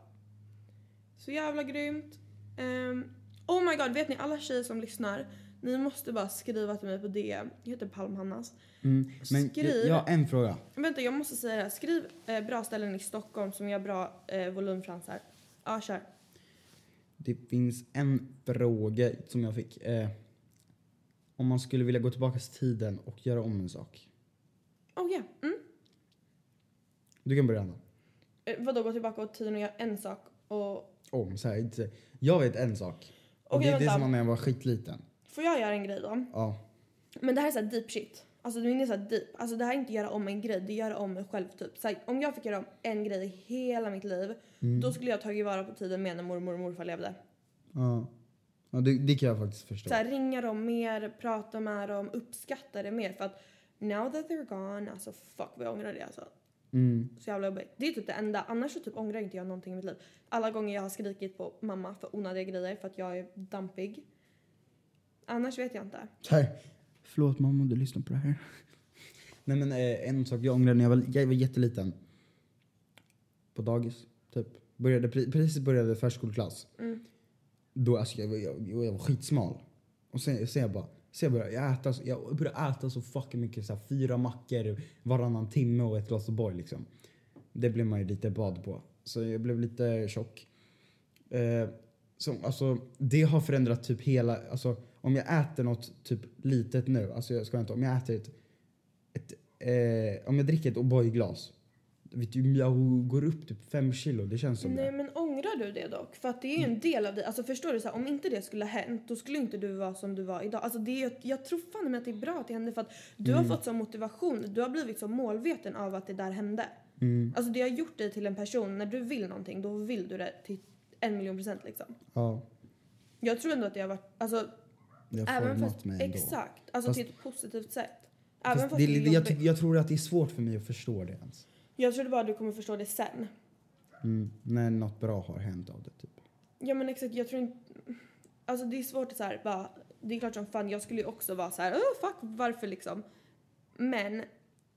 Speaker 2: Så jävla grymt. Ehm, oh my god, vet ni alla tjejer som lyssnar, ni måste bara skriva till mig på DM. Jag heter Palmhannas.
Speaker 1: Mm, men
Speaker 2: Skriv.
Speaker 1: jag, jag har en fråga.
Speaker 2: Vänta, jag måste säga det här. Skriv eh, bra ställen i Stockholm som gör bra eh, volymfransar. Ja, kör.
Speaker 1: Det finns en fråga som jag fick. Eh, om man skulle vilja gå tillbaka till tiden och göra om en sak.
Speaker 2: Oh yeah. Mm.
Speaker 1: Du kan börja Anna.
Speaker 2: Eh, vadå, gå tillbaka åt tiden och göra en sak och...
Speaker 1: Om, så här, inte, jag vet en sak. Och det,
Speaker 2: Okej,
Speaker 1: det är
Speaker 2: vänta.
Speaker 1: som när jag var skitliten.
Speaker 2: Får jag göra en grej då?
Speaker 1: Ja.
Speaker 2: Men det här är så här deep shit. Alltså det är så här deep. Alltså det här är inte göra om en grej, det är göra om mig själv typ. Så här, om jag fick göra om en grej i hela mitt liv,
Speaker 1: Mm.
Speaker 2: då skulle jag tagit vara på tiden med när mormor och morfar levde.
Speaker 1: ja. ja det, det kan jag faktiskt förstå.
Speaker 2: Så här, ringa dem mer, prata med dem, uppskatta det mer för att now that they're gone, alltså fuck vad jag ångrar det alltså.
Speaker 1: Mm.
Speaker 2: Så jävla jobbigt. Det är typ det enda, annars så typ ångrar inte jag någonting i mitt liv. Alla gånger jag har skrikit på mamma för onödiga grejer för att jag är dampig. Annars vet jag inte.
Speaker 1: Så här. Förlåt mamma om du lyssnar på det här. [LAUGHS] Nej men eh, en sak jag ångrar när jag var, jag var jätteliten. På dagis, typ. Började, pre- precis började förskoleklass.
Speaker 2: Mm.
Speaker 1: Då alltså jag, var- jag, jag, jag var skitsmal. Och sen, sen jag bara, sen jag började jag äta, så- jag började äta så fucking mycket så här, fyra mackor varannan timme och ett glas O'boy liksom. Det blev man ju lite bad på. Så jag blev lite tjock. Eh, som, alltså, det har förändrat typ hela... Alltså, om jag äter något typ litet nu, alltså jag ska inte, om jag äter ett... ett eh, om jag dricker ett O'boy-glas, vet du, jag går upp typ fem kilo. Det känns som
Speaker 2: Nej
Speaker 1: det. Mm.
Speaker 2: men ångrar du det dock? För att det är ju en del av dig. Alltså förstår du så här, om inte det skulle ha hänt då skulle inte du vara som du var idag. Alltså det är, jag tror fan med att det är bra att det hände för att du
Speaker 1: Mm.
Speaker 2: har fått sån motivation. Du har blivit så målveten av att det där hände.
Speaker 1: Mm,
Speaker 2: Alltså det har gjort dig till en person. När du vill någonting då vill du det till en miljon procent liksom.
Speaker 1: ja,
Speaker 2: Jag tror ändå att det har varit, alltså
Speaker 1: det har
Speaker 2: även
Speaker 1: format
Speaker 2: fast,
Speaker 1: mig ändå.
Speaker 2: exakt. Alltså
Speaker 1: Fast-
Speaker 2: till ett positivt sätt. Även
Speaker 1: Fast
Speaker 2: fast,
Speaker 1: det,
Speaker 2: det är
Speaker 1: är- jag,
Speaker 2: jobbigt.
Speaker 1: ty- jag tror att det är svårt för mig att förstå det ens.
Speaker 2: Jag tror bara att du kommer förstå det sen.
Speaker 1: Mm, när något bra har hänt av det typ.
Speaker 2: Ja men exakt, jag tror inte... Alltså det är svårt att så här, bara... Det är klart som fan, jag skulle ju också vara så här, oh, fuck, varför liksom? Men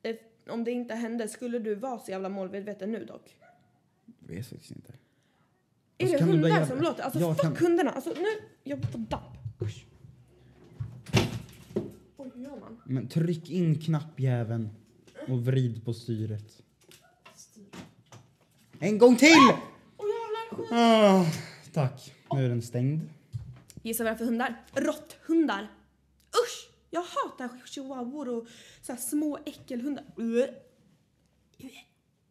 Speaker 2: if, om det inte hände, skulle du vara så jävla målmedveten nu dock?
Speaker 1: Jag vet faktiskt inte.
Speaker 2: Är
Speaker 1: Alltså,
Speaker 2: det
Speaker 1: kan du
Speaker 2: hundar
Speaker 1: börja-
Speaker 2: som låter? Alltså
Speaker 1: Jag
Speaker 2: fuck
Speaker 1: kan-
Speaker 2: hundarna! Alltså nu, jag får damp. Usch. Oj, hur gör man?
Speaker 1: Men tryck in knappjäveln och vrid på styret. En gång till!
Speaker 2: Åh jävlar, skit!
Speaker 1: Ah, tack. Nu är den stängd.
Speaker 2: Gissa vad det är för hundar? Råtthundar! Jag hatar chihuahuor och så här små äckelhundar. Ugh.
Speaker 1: Ja,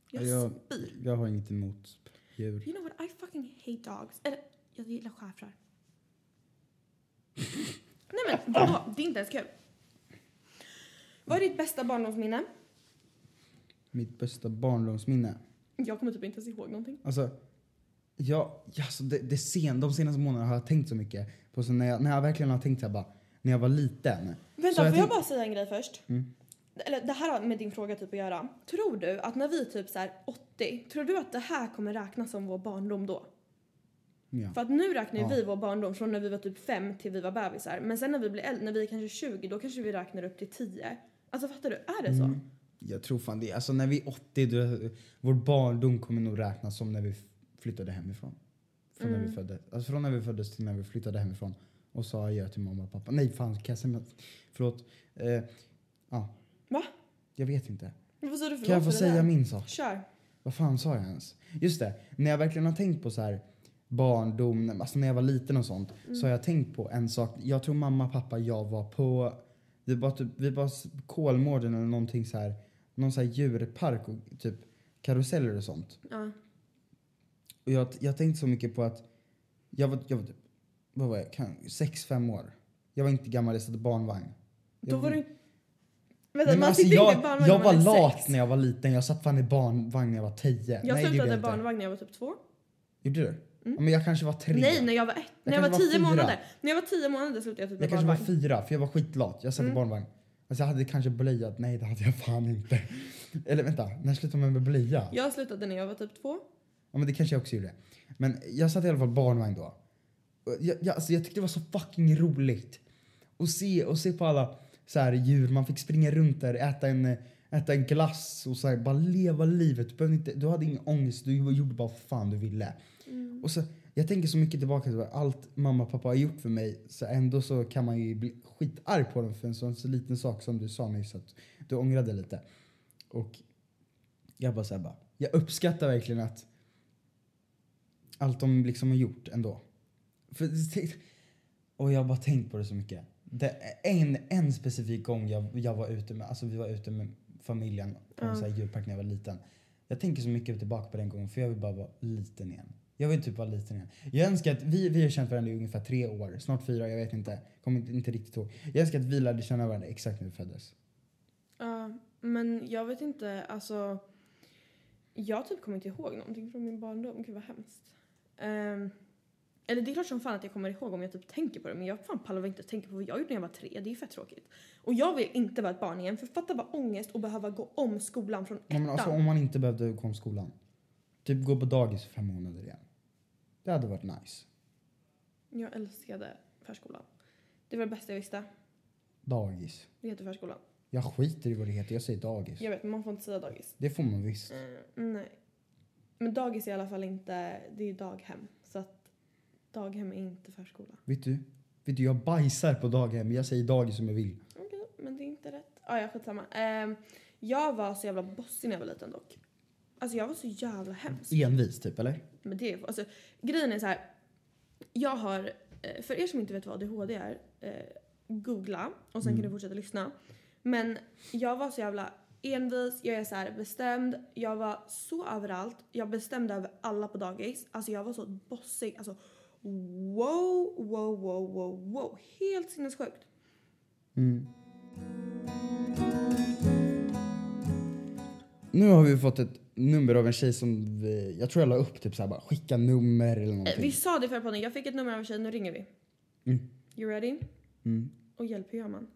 Speaker 2: Jag
Speaker 1: jag,
Speaker 2: spyr.
Speaker 1: jag har inget emot djur.
Speaker 2: You know what? I fucking hate dogs. Eller, jag gillar schäfrar. Nej men
Speaker 1: Ah.
Speaker 2: vadå? Det är inte ens kul. Vad är ditt bästa barndomsminne?
Speaker 1: Mitt bästa barndomsminne.
Speaker 2: Jag kommer typ inte ens ihåg någonting.
Speaker 1: Alltså, jag, alltså det, det sen, de senaste månaderna har jag tänkt så mycket på så när, jag, när jag verkligen har tänkt så här bara, när jag var liten.
Speaker 2: Vänta,
Speaker 1: Så
Speaker 2: får
Speaker 1: jag
Speaker 2: jag,
Speaker 1: tänk-
Speaker 2: bara säga en grej först?
Speaker 1: Mm.
Speaker 2: Eller det här har med din fråga typ att göra. Tror du att när vi typ så här 80, tror du att det här kommer räknas som vår barndom då?
Speaker 1: Ja.
Speaker 2: För att nu räknar ju
Speaker 1: Ja.
Speaker 2: vi vår barndom från när vi var typ 5 till vi var bebisar. Men sen när vi blir äldre, när vi är kanske 20, då kanske vi räknar upp till 10. Alltså fattar du? Är det så?
Speaker 1: Mm. Jag tror fan det. Alltså när vi är 80, då, vår barndom kommer nog räknas som när vi f- flyttade hemifrån. Från när vi
Speaker 2: Mm.
Speaker 1: föddes. Alltså från när vi föddes till när vi flyttade hemifrån. Och sa adjö till mamma och pappa. Nej fan, kan jag säga Förlåt. Eh, ja.
Speaker 2: Va?
Speaker 1: Jag vet inte.
Speaker 2: Men Vad sa du för
Speaker 1: Kan jag
Speaker 2: låt
Speaker 1: få
Speaker 2: för det
Speaker 1: säga
Speaker 2: där?
Speaker 1: min sak?
Speaker 2: Kör.
Speaker 1: Vad fan sa jag ens? Just det, när jag verkligen har tänkt på så här barndom, alltså när jag var liten och sånt, så har jag tänkt på en sak. Jag tror mamma, pappa, jag var på, vi var typ, vi var s- Kolmården eller någonting så här, någon så här djurpark och typ karuseller och sånt.
Speaker 2: Ja.
Speaker 1: Och jag, jag har tänkt så mycket på att jag var, jag var typ, vad var jag, kan, sex, fem år. Jag var inte gammal, jag satt i barnvagn.
Speaker 2: Då
Speaker 1: Jag-
Speaker 2: var du inte...
Speaker 1: Nej,
Speaker 2: Vänta,
Speaker 1: men
Speaker 2: man
Speaker 1: alltså,
Speaker 2: sitter inte i
Speaker 1: jag,
Speaker 2: barnvagn
Speaker 1: jag
Speaker 2: när
Speaker 1: var
Speaker 2: man är
Speaker 1: lat
Speaker 2: sex.
Speaker 1: när jag var liten. Jag satt fan i barnvagn när jag var tio. Nej,
Speaker 2: Jag
Speaker 1: det gjorde
Speaker 2: slutade
Speaker 1: jag inte.
Speaker 2: barnvagn när jag var typ två.
Speaker 1: Gjorde du?
Speaker 2: Mm.
Speaker 1: Ja, Men jag kanske var tre.
Speaker 2: Nej, när jag var ett. När jag, var
Speaker 1: kanske var
Speaker 2: tio
Speaker 1: fyra.
Speaker 2: månader. När jag var tio månader slutade jag typ med
Speaker 1: jag kanske var
Speaker 2: barnvagn.
Speaker 1: fyra för jag var skitlat. Jag satt
Speaker 2: Mm.
Speaker 1: i barnvagn. Alltså jag hade kanske blöjat. Nej det hade jag fan inte. Eller vänta, när slutade man med blöja? Ja.
Speaker 2: Jag slutade när jag var typ två.
Speaker 1: men det kanske jag också gjorde. Men jag satt i alla fall barnvagn då. Och Jag, jag, alltså jag tyckte det var så fucking roligt. Och se, och se på alla så här djur. Man fick springa runt där, äta en, äta en glass och så här, bara leva livet. Du, behövde inte, du hade ingen ångest, du gjorde bara vad fan du ville. Och så, jag tänker så mycket tillbaka till allt mamma och pappa har gjort för mig. Så ändå så kan man ju bli skitarg på dem för en sån så liten sak som du sa nyss att du ångrade lite. Och jag bara såhär bara, jag uppskattar verkligen att allt de liksom har gjort ändå. För, och jag har bara tänkt på det så mycket. Det, en, en specifik gång jag, jag var ute med, alltså vi var ute med familjen på en
Speaker 2: Ja.
Speaker 1: sån här djurpark när jag var liten. Jag tänker så mycket tillbaka på den gången för jag vill bara vara liten igen. Jag vill typ vara liten igen. Jag önskar att vi, vi har känt varandra i ungefär tre år, snart fyra, jag vet inte. Kommer inte, inte riktigt ihåg. Jag önskar att vi lärde känna varandra exakt när vi föddes.
Speaker 2: Ja, men jag vet inte, alltså. Jag typ kommer inte ihåg någonting från min barndom. Gud vad hemskt. Ehm, eller det är klart som fan att jag kommer ihåg om jag typ tänker på det. Men jag fan pallar väl inte att tänka på vad jag gjorde när jag var tre. Det är ju fett tråkigt. Och jag vill inte vara ett barn igen. För fatta bara ångest och behöva gå om skolan från
Speaker 1: Ja, men alltså,
Speaker 2: ettan.
Speaker 1: om man inte behövde gå om skolan. Typ gå på dagis för fem månader igen. Det hade varit nice.
Speaker 2: Jag älskade förskolan. Det var det bästa jag visste.
Speaker 1: Dagis.
Speaker 2: Det heter förskolan.
Speaker 1: Jag skiter i vad det heter, jag säger dagis.
Speaker 2: Jag vet, men man får inte säga dagis.
Speaker 1: Det får man visst.
Speaker 2: Mm, nej. Men dagis är i alla fall inte, det är ju daghem. Så att daghem är inte förskola.
Speaker 1: Vet du? Vet du, jag bajsar på daghem. Jag säger dagis som jag vill.
Speaker 2: Okej, men det är inte rätt. Ah, ja, skitsamma. Ehm, jag var så jävla bossig när jag var liten dock. Alltså jag var så jävla hemsk.
Speaker 1: Envis typ, eller?
Speaker 2: Men det, alltså, grejen är så här. Jag har, eh, för er som inte vet vad ADHD är, eh, googla och sen kan
Speaker 1: Mm.
Speaker 2: du fortsätta lyssna. Men jag var så jävla envis, jag är så här bestämd, jag var så överallt. Jag bestämde över alla på dagis. Alltså jag var så bossig. Alltså wow, wow, wow, wow, wow. Helt sinnessjukt.
Speaker 1: Mm. Nu har vi fått ett nummer av en tjej som vi, jag tror jag la upp typ såhär bara skicka nummer eller
Speaker 2: Eh,
Speaker 1: någonting.
Speaker 2: Vi sa det i förra podden, jag fick ett nummer av en tjej, nu ringer vi.
Speaker 1: Mm.
Speaker 2: You ready?
Speaker 1: Mm.
Speaker 2: Och hjälp, hur gör man?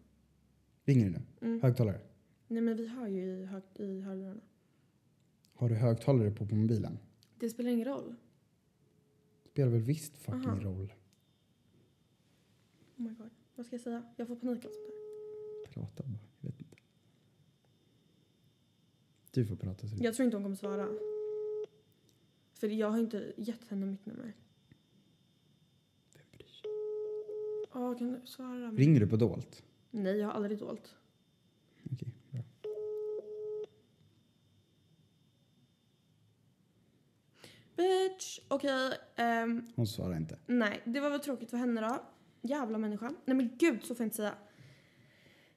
Speaker 1: Ringer du nu?
Speaker 2: Mm.
Speaker 1: Högtalare?
Speaker 2: Nej men vi hör ju i, hög, i hörlurarna.
Speaker 1: Har du högtalare på på mobilen?
Speaker 2: Det spelar ingen roll.
Speaker 1: Spelar väl visst fucking
Speaker 2: Aha.
Speaker 1: roll.
Speaker 2: Oh my god. Vad ska jag säga? Jag får panik alltså. av sånt här.
Speaker 1: Prata bara, jag vet inte. Du får prata. Så.
Speaker 2: Jag tror inte hon kommer svara. För jag har inte gett henne mitt nummer. Ja, kan du svara?
Speaker 1: Ringer du på dolt?
Speaker 2: Nej, jag har aldrig dolt.
Speaker 1: Okej, bra.
Speaker 2: Bitch! Okej, ehm,
Speaker 1: Hon svarar inte.
Speaker 2: nej. Det var väl tråkigt för henne då. Jävla människa. Nej men gud, så får jag inte säga.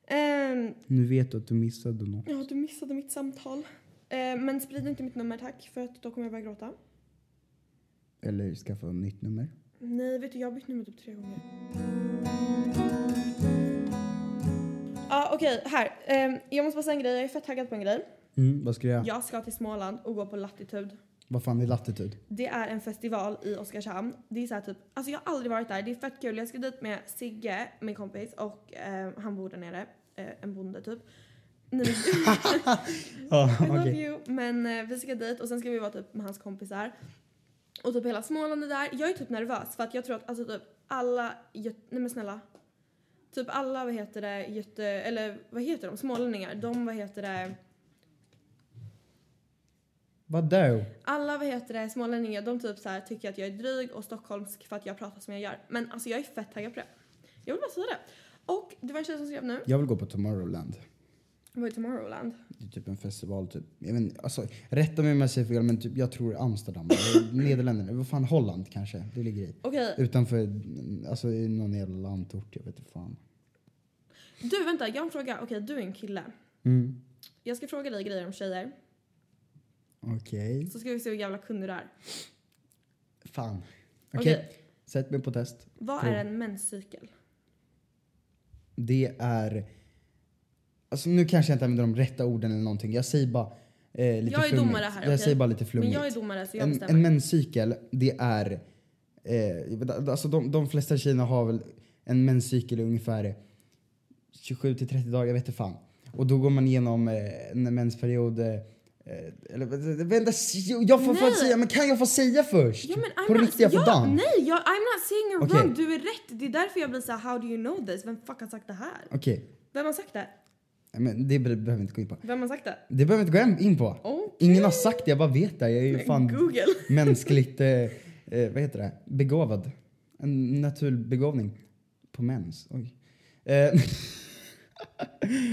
Speaker 2: Ehm,
Speaker 1: Nu vet du att du missade något.
Speaker 2: ja, du missade mitt samtal. Ehm, men sprid inte mitt nummer tack, för att då kommer jag börja gråta.
Speaker 1: Eller skaffa ett nytt nummer.
Speaker 2: Nej, vet du, jag har bytt nummer typ tre gånger. Ja, okej, här. Ehm, jag måste bara säga en grej, jag är fett taggad på en grej.
Speaker 1: Mm, vad ska jag göra?
Speaker 2: Jag ska till Småland och gå på Latitud.
Speaker 1: Vad fan är latitud?
Speaker 2: Det är en festival i Oskarshamn. Det är så här typ, alltså jag har aldrig varit där. Det är fett kul. Jag ska dit med Sigge, min kompis, och eh, han bor där nere. Eh, en bonde typ. Nej, men- [LAUGHS]
Speaker 1: Ja,
Speaker 2: I love
Speaker 1: okej.
Speaker 2: you. Men eh, vi ska dit och sen ska vi vara typ med hans kompisar. Och typ hela Småland är där. Jag är typ nervös för att jag tror att alltså typ alla, Göt- nej men snälla. Typ alla, vad heter det, Göte, eller vad heter de, smålänningar. De, vad heter det,
Speaker 1: Vadå?
Speaker 2: alla, vad heter det, smålänningar. De typ så här tycker att jag är dryg och stockholmsk för att jag pratar som jag gör. Men alltså jag är fett taggad på det. Jag vill bara säga det. Och det var en tjej som skrev nu,
Speaker 1: Jag vill gå på Tomorrowland.
Speaker 2: var det Tomorrowland?
Speaker 1: Det är typ en festival typ. Jag vet, inte, alltså, rätta mig om jag säger fel men typ, jag tror Amsterdam. eller Nederländerna. Vad fan Holland kanske. Det ligger i.
Speaker 2: Okej,
Speaker 1: Utanför, alltså i någon jävla landort. Jag vet inte fan.
Speaker 2: du vänta, jag har en fråga. Okej, du är en kille.
Speaker 1: Mm.
Speaker 2: Jag ska fråga dig grejer om tjejer.
Speaker 1: Okej.
Speaker 2: Så ska vi se hur jävla kunnig du är.
Speaker 1: Fan. Okej.
Speaker 2: Okej.
Speaker 1: Sätt mig på test.
Speaker 2: Vad
Speaker 1: Prov.
Speaker 2: är en menscykel?
Speaker 1: Det är... Alltså nu kanske jag inte använder de rätta orden eller någonting. Jag säger bara eh, lite
Speaker 2: Jag är
Speaker 1: flummigt.
Speaker 2: domare här,
Speaker 1: Jag
Speaker 2: okej.
Speaker 1: säger bara lite
Speaker 2: Men
Speaker 1: flummigt.
Speaker 2: jag är domare så jag
Speaker 1: en, en
Speaker 2: bestämmer.
Speaker 1: menscykel, det är... Eh, alltså de, de flesta tjejerna har väl en menscykel i ungefär 27 till 30 dagar, jag vet inte fan. Och då går man igenom eh, en mensperiod. Eh, eh, eller vänta, jag får
Speaker 2: Nej.
Speaker 1: fan säga, men kan jag få säga först?
Speaker 2: Ja, men I'm
Speaker 1: på
Speaker 2: not-
Speaker 1: riktigt, jag får
Speaker 2: ja,
Speaker 1: damm.
Speaker 2: Nej, jag, I'm not saying you're
Speaker 1: Okej.
Speaker 2: wrong. Du är rätt. Det är därför jag blir så här, how do you know this? Vem fuck har sagt det här?
Speaker 1: Okej,
Speaker 2: Vem har sagt det?
Speaker 1: men det be- behöver vi inte gå in på.
Speaker 2: Vem har sagt det?
Speaker 1: Det behöver vi inte gå in på.
Speaker 2: Oh,
Speaker 1: Ingen har sagt det, jag bara vet det. Jag är ju fan
Speaker 2: Google. [LAUGHS]
Speaker 1: mänskligt, eh, eh, vad heter det, begåvad. En naturbegåvning. På mens, oj. Eh, [LAUGHS]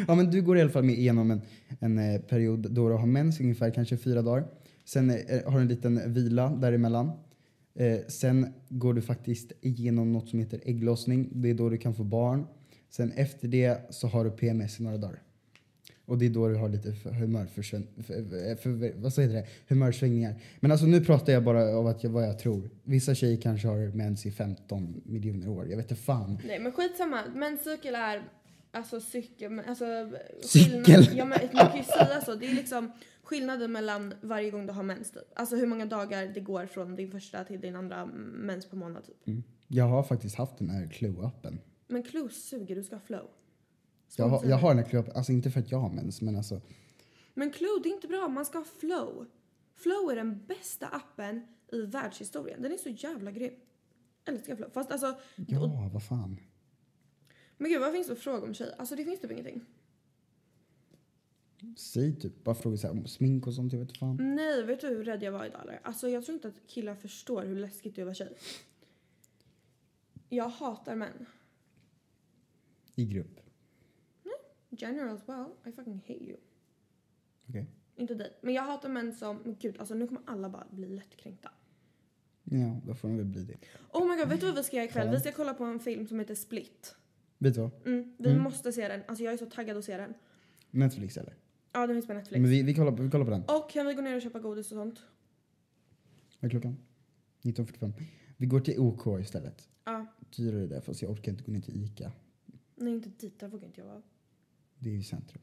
Speaker 1: ja men du går i alla fall med igenom en, en eh, period då du har mens ungefär kanske fyra dagar. Sen eh, har du en liten vila däremellan. Eh, sen går du faktiskt igenom något som heter ägglossning. Det är då du kan få barn. Sen efter det så har du PMS i några dagar. Och det är då du har lite för- humörförsvän- för, för, vad säger det? humörsvängningar. Men alltså nu pratar jag bara om att jag, vad jag tror. Vissa tjejer kanske har mens i 15 miljoner år. Jag vet inte fan.
Speaker 2: Nej, men skitsamma. Menscykel är alltså cykel, men alltså skillnad-
Speaker 1: Cykel.
Speaker 2: Ja, men man kan ju säga så. Det är liksom skillnaden mellan varje gång du har mens typ. Alltså hur många dagar det går från din första till din andra mens på månad typ.
Speaker 1: Jag har faktiskt haft den här Clue-appen.
Speaker 2: Men Clue suger, du ska ha flow.
Speaker 1: Jag, har-
Speaker 2: Sponsra
Speaker 1: jag
Speaker 2: mig.
Speaker 1: har den här Clue-appen, alltså inte för att jag har mens men alltså.
Speaker 2: Men Clue, det är inte bra. Man ska ha Flow. Flow är den bästa appen i världshistorien. Den är så jävla grym. Älskar Flow. Fast alltså,
Speaker 1: Ja, vad fan.
Speaker 2: men gud vad finns det att fråga om tjejer? Alltså det finns typ ingenting.
Speaker 1: Säg typ, bara fråga så här om smink och sånt, jag vet inte fan.
Speaker 2: Nej, vet du hur rädd jag var idag eller? Alltså jag tror inte att killar förstår hur läskigt det är att vara tjej. Jag hatar män.
Speaker 1: I grupp.
Speaker 2: General as well. I fucking hate you.
Speaker 1: Okej.
Speaker 2: Inte dig. Men jag hatar män som, men gud alltså nu kommer alla bara bli lättkränkta.
Speaker 1: Ja, då får de väl bli det.
Speaker 2: Oh my god, vet du vad vi ska göra ikväll?
Speaker 1: Ja.
Speaker 2: Vi ska kolla på en film som heter Split.
Speaker 1: Vet du vad?
Speaker 2: Mm, vi
Speaker 1: Mm.
Speaker 2: måste se den. Alltså jag är så taggad att se den.
Speaker 1: Netflix eller?
Speaker 2: Ja, den finns på Netflix.
Speaker 1: Men vi, vi, kollar, på- vi kollar på den.
Speaker 2: Och kan vi gå ner och köpa godis och sånt?
Speaker 1: Vad är klockan? 19.45. Vi går till OK istället.
Speaker 2: Ja.
Speaker 1: Dyrare där fast jag orkar inte gå ner till ICA.
Speaker 2: Nej, inte dit. Där vågar inte jag vara.
Speaker 1: Det är ju centrum.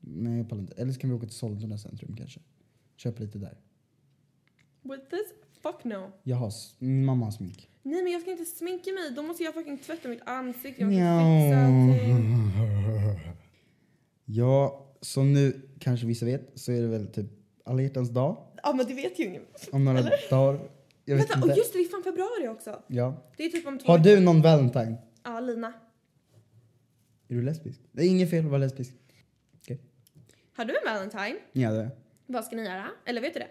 Speaker 1: Nej, jag pallar inte. Eller så kan vi åka till Sollentuna centrum kanske. Köpa lite där.
Speaker 2: With this? Fuck no.
Speaker 1: Jag har, s- min mamma har smink.
Speaker 2: Nej, men jag ska inte sminka mig. Då måste jag fucking tvätta mitt ansikte. Jag måste fixa allting.
Speaker 1: Nja. [LAUGHS] Ja, som nu kanske vissa vet så är det väl typ alla hjärtans dag
Speaker 2: Ja, men det vet ju ingen.
Speaker 1: om några dagar. Jag vet
Speaker 2: Vänta, och
Speaker 1: inte.
Speaker 2: just det, det är fan februari också.
Speaker 1: Ja.
Speaker 2: Det är typ om två
Speaker 1: Har du någon Valentine?
Speaker 2: Ja, Lina.
Speaker 1: Är du lesbisk? Det är inget fel att vara lesbisk.
Speaker 2: Har du en Valentine?
Speaker 1: Ja, det är
Speaker 2: Vad ska ni göra? Eller vet du det?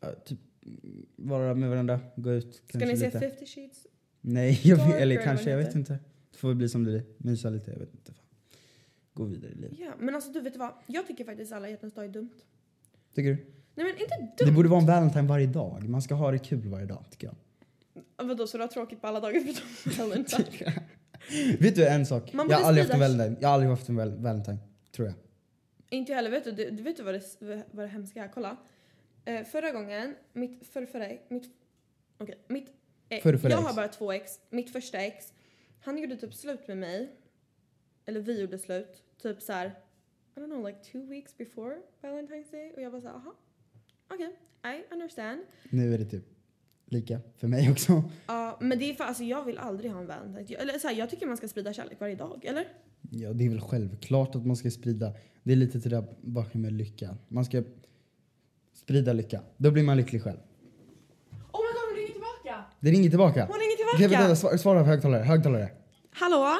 Speaker 1: Ja, Typ mm, vara med varandra, gå ut.
Speaker 2: Ska
Speaker 1: kanske
Speaker 2: ni se
Speaker 1: lite.
Speaker 2: 50 sheets?
Speaker 1: Nej, [LAUGHS] jag vet,
Speaker 2: Darker,
Speaker 1: eller
Speaker 2: vad
Speaker 1: kanske. Jag
Speaker 2: heter
Speaker 1: vet inte. Det får väl bli som det blir. Mysa lite. Jag vet inte. Fan. Gå vidare i livet.
Speaker 2: Ja, men alltså du vet vad? Jag tycker faktiskt alla hjärtans dag är dumt.
Speaker 1: Tycker du?
Speaker 2: Nej, men inte dumt.
Speaker 1: Det borde vara en Valentine varje dag. Man ska ha det kul varje dag tycker jag.
Speaker 2: Vadå, så du har tråkigt på alla dagar förutom [LAUGHS] Valentine?
Speaker 1: [LAUGHS] Vet du en sak?
Speaker 2: Man
Speaker 1: jag har
Speaker 2: borde
Speaker 1: aldrig haft en
Speaker 2: sprida-
Speaker 1: valentine. Jag har aldrig haft en val- valentine. Tror jag.
Speaker 2: Inte jag heller. Vet du, du, du vet du vad det, vad det hemska är? Kolla. Eh, förra gången, mitt förrförra ex, mitt... Okej, mitt... eh,
Speaker 1: Förrförra
Speaker 2: jag
Speaker 1: ex.
Speaker 2: har bara två ex. Mitt första ex, han gjorde typ slut med mig. Eller vi gjorde slut. Typ så här, I don't know, like two weeks before Valentine's Day. Och jag var så här, aha. Okej, I understand.
Speaker 1: Nu är det typ lika för mig också.
Speaker 2: Ja, men det är för, alltså jag vill aldrig ha en Valentine's. Jag- Eller så här, jag tycker man ska sprida kärlek varje dag, eller?
Speaker 1: Ja, det är väl självklart att man ska sprida. Det är lite till det där bakom med lycka. Man ska sprida lycka. Då blir man lycklig själv.
Speaker 2: Oh my god, hon ringer tillbaka!
Speaker 1: Det ringer tillbaka.
Speaker 2: Hon ringer
Speaker 1: Okej, vänta,
Speaker 2: tillbaka!
Speaker 1: vänta, svar- svara på högtalare. Högtalare.
Speaker 2: Hallå?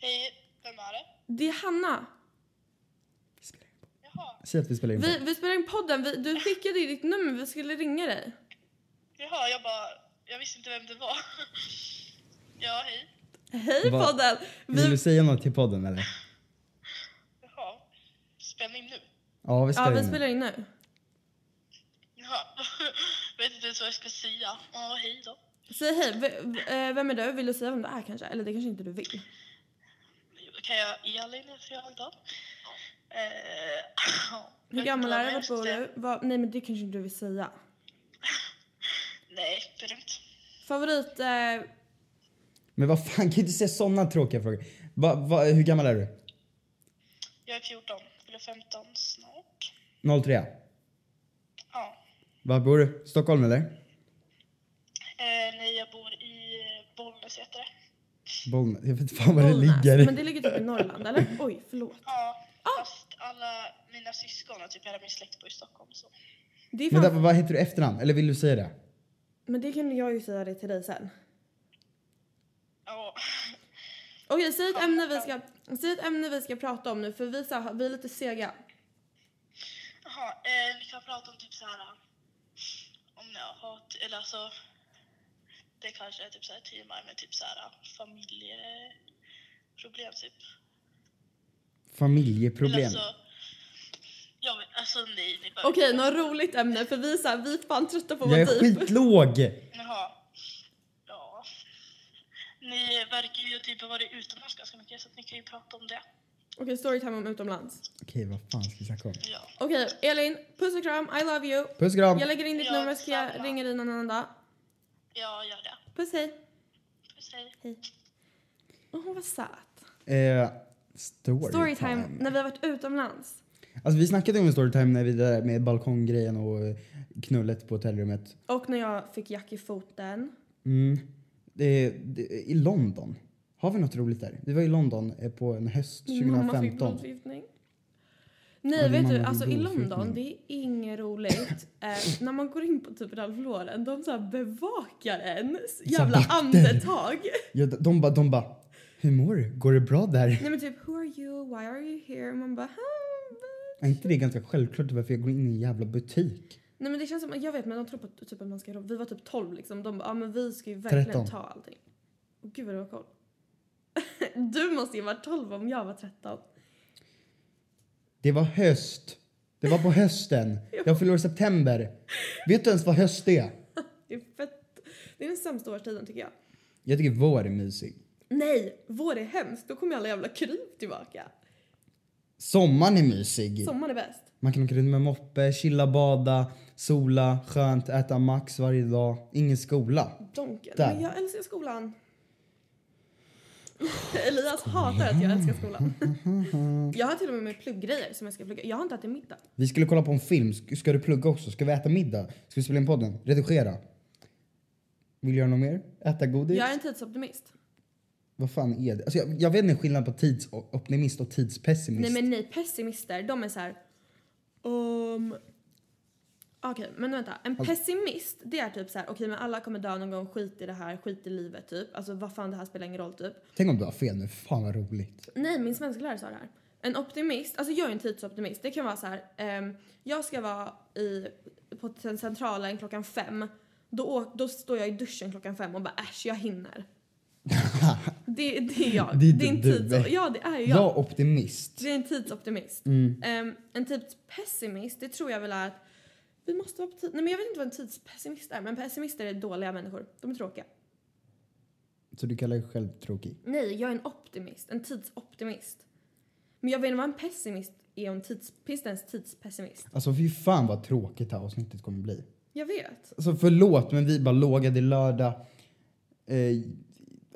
Speaker 3: Hej, vem är det?
Speaker 2: Det är Hanna.
Speaker 3: Jaha,
Speaker 1: Säg att vi spelar in.
Speaker 2: Vi, vi spelar in podden. Vi, du skickade ju ditt nummer. Vi skulle ringa dig.
Speaker 3: jaha, jag bara, jag visste inte vem det var. Ja, hej.
Speaker 2: Hej
Speaker 1: Va?
Speaker 2: podden!
Speaker 1: Vill du
Speaker 2: Vi,
Speaker 1: säga något till podden eller?
Speaker 3: Jaha, spänning nu.
Speaker 1: Ja, vi
Speaker 2: ja,
Speaker 1: spelar
Speaker 2: vi
Speaker 1: in.
Speaker 2: spelar in nu.
Speaker 3: Jaha, [LAUGHS] vet inte ens vad jag ska säga. Ja, hej då.
Speaker 2: Säg hej. V, v, eh, vem är du? Vill du säga vem du är kanske? Eller det kanske inte du vill.
Speaker 3: Kan jag Elin heter jag idag. Eh, [CLEARS THROAT] ja,
Speaker 2: Hur gammal är du? Vart
Speaker 3: jag
Speaker 2: bor
Speaker 3: ska
Speaker 2: du? Vad- nej men det kanske inte du vill säga.
Speaker 3: säga. Nej, det är lugnt.
Speaker 2: Favorit... Eh,
Speaker 1: Men vad fan, kan du inte säga sådana tråkiga frågor? Va, va, hur gammal är du?
Speaker 3: Jag är 14, fyller 15 snart.
Speaker 1: 03?
Speaker 3: Ja.
Speaker 1: Var bor du? Stockholm eller?
Speaker 3: Eh, nej, jag bor i Bollnäs heter det.
Speaker 1: Bollnäs. Jag vet inte fan var det
Speaker 2: Bollnäs.
Speaker 1: ligger.
Speaker 2: Men det ligger typ i
Speaker 1: [LAUGHS]
Speaker 2: Norrland eller? Oj, förlåt.
Speaker 3: Ja,
Speaker 2: Ah!
Speaker 3: fast alla mina syskon och typ hela min släkt bor i Stockholm så.
Speaker 2: Det är
Speaker 1: Men
Speaker 2: fan,
Speaker 1: där, vad heter du efternamn? Eller vill du säga det?
Speaker 2: men det kan jag ju säga det till dig sen.
Speaker 3: Ja.
Speaker 2: Okej, säg ett ämne vi ska, säg ett ämne vi ska prata om nu för vi, så här, vi är lite sega.
Speaker 3: Jaha, eh, vi kan prata om typ så här om jag hat, eller alltså det kanske är typ så här timmar med typ så här familjeproblem typ. Eller
Speaker 1: Familjeproblem.
Speaker 3: alltså, ja men alltså nej, det är bara...
Speaker 2: Okej, något roligt ämne för vi är så här, vi är fan trötta på att
Speaker 1: Jag
Speaker 2: vara
Speaker 1: är
Speaker 2: typ.
Speaker 1: skitlåg!
Speaker 3: Jaha. Ja. Ni verkar ju typ ha varit utomlands ganska mycket så att ni kan ju prata om det.
Speaker 2: Okej, storytime om utomlands.
Speaker 1: Okej, vad fan ska vi snacka om?
Speaker 3: Ja.
Speaker 2: Okej, Elin, puss och kram, I love you.
Speaker 1: Puss och kram!
Speaker 2: Jag lägger in ditt
Speaker 3: Ja,
Speaker 2: nummer så ska jag
Speaker 3: detsamma.
Speaker 2: ringa dig någon annan dag.
Speaker 3: Ja, gör det.
Speaker 2: Puss hej.
Speaker 3: Puss hej.
Speaker 2: Åh, hon var söt.
Speaker 1: Eh, storytime.
Speaker 2: Storytime, när vi har varit utomlands.
Speaker 1: Alltså vi snackade om storytime när vi där med balkonggrejen och eh, knullet på hotellrummet.
Speaker 2: Och när jag fick jack i foten.
Speaker 1: Mm. Det, det, I London. Har vi något roligt där? Vi var i London eh, på en höst
Speaker 2: Min Mm, mamma fick
Speaker 1: 2015.
Speaker 2: blodförgiftning.
Speaker 1: Ja,
Speaker 2: Nej,
Speaker 1: din
Speaker 2: vet
Speaker 1: mamma
Speaker 2: du,
Speaker 1: fick
Speaker 2: alltså i
Speaker 1: blodförgiftning.
Speaker 2: London, det är inget roligt. [LAUGHS] eh, när man går in på typ Ralph Lauren, de så här bevakar ens jävla
Speaker 1: vakter.
Speaker 2: andetag.
Speaker 1: Ja, de de bara, de bara, hur mår du? Går det bra där? [LAUGHS]
Speaker 2: Nej men typ, who are you? Why are you here? Man bara, "Ah,
Speaker 1: Är inte det ganska självklart varför jag går in i en jävla butik?
Speaker 2: Nej men det känns som, jag vet men de tror på att- typ att man ska, vi var typ 12 liksom. De bara, ja men vi ska ju verkligen
Speaker 1: 13.
Speaker 2: ta allting. Och gud vad du har koll. [LAUGHS] du måste ju vara 12 om jag var 13.
Speaker 1: Det var höst. Det var på hösten. Jag förlorade september. Vet du ens vad höst är?
Speaker 2: Det är fett, det är den sämsta årstiden tycker jag.
Speaker 1: Jag tycker vår är mysig.
Speaker 2: Nej, vår är hemskt, då kommer alla jävla kryp tillbaka.
Speaker 1: Sommaren är mysig.
Speaker 2: Sommaren är bäst.
Speaker 1: Man kan åka runt med moppe, chilla, bada, sola, skönt, äta max varje dag. Ingen skola.
Speaker 2: Donken.
Speaker 1: Där.
Speaker 2: Men jag älskar skolan. [LAUGHS] Elias hatar att jag älskar skolan. [LAUGHS] jag har till och med med plugggrejer som jag ska plugga. Jag har inte ätit middag.
Speaker 1: Vi skulle kolla på en film. Sk- Ska du plugga också? Ska vi äta middag? Ska vi spela in podden? Redigera? Vill du göra något mer? Äta godis?
Speaker 2: Jag är en tidsoptimist.
Speaker 1: Vad fan är det? Alltså jag, jag vet inte skillnaden på tidsoptimist och tidspessimist.
Speaker 2: Nej men ni pessimister, de är så här. Um, Okej, men vänta. En pessimist, det är typ så här, okej men alla kommer dö någon gång, skit i det här, skit i livet typ. Alltså vad fan, det här spelar ingen roll typ.
Speaker 1: Tänk om du har fel nu. Fan vad roligt.
Speaker 2: Nej, min svensklärare sa det här. En optimist, alltså jag är en tidsoptimist. Det kan vara så här, ehm, jag ska vara i, på t- centralen klockan fem. Då, å- då står jag i duschen klockan fem och bara äsch,
Speaker 1: [LAUGHS]
Speaker 2: jag hinner. det, det är jag.
Speaker 1: Det är
Speaker 2: en
Speaker 1: du.
Speaker 2: tids, ja, det är jag.
Speaker 1: Jag är optimist.
Speaker 2: Det är en tidsoptimist.
Speaker 1: Mm.
Speaker 2: Ehm, en tidspessimist, det tror jag väl är att vi måste vara på tid. Nej men jag vet inte vad en tidspessimist är, men pessimister är dåliga människor. De är tråkiga.
Speaker 1: Så du kallar dig själv tråkig?
Speaker 2: Nej, jag är en optimist. En tidsoptimist. Men jag vet inte vad en pessimist är om tids... Finns det ens tidspessimist?
Speaker 1: Alltså fy fan vad tråkigt det här avsnittet kommer bli.
Speaker 2: Jag vet.
Speaker 1: Alltså förlåt men vi bara låga, det är lördag. Eh,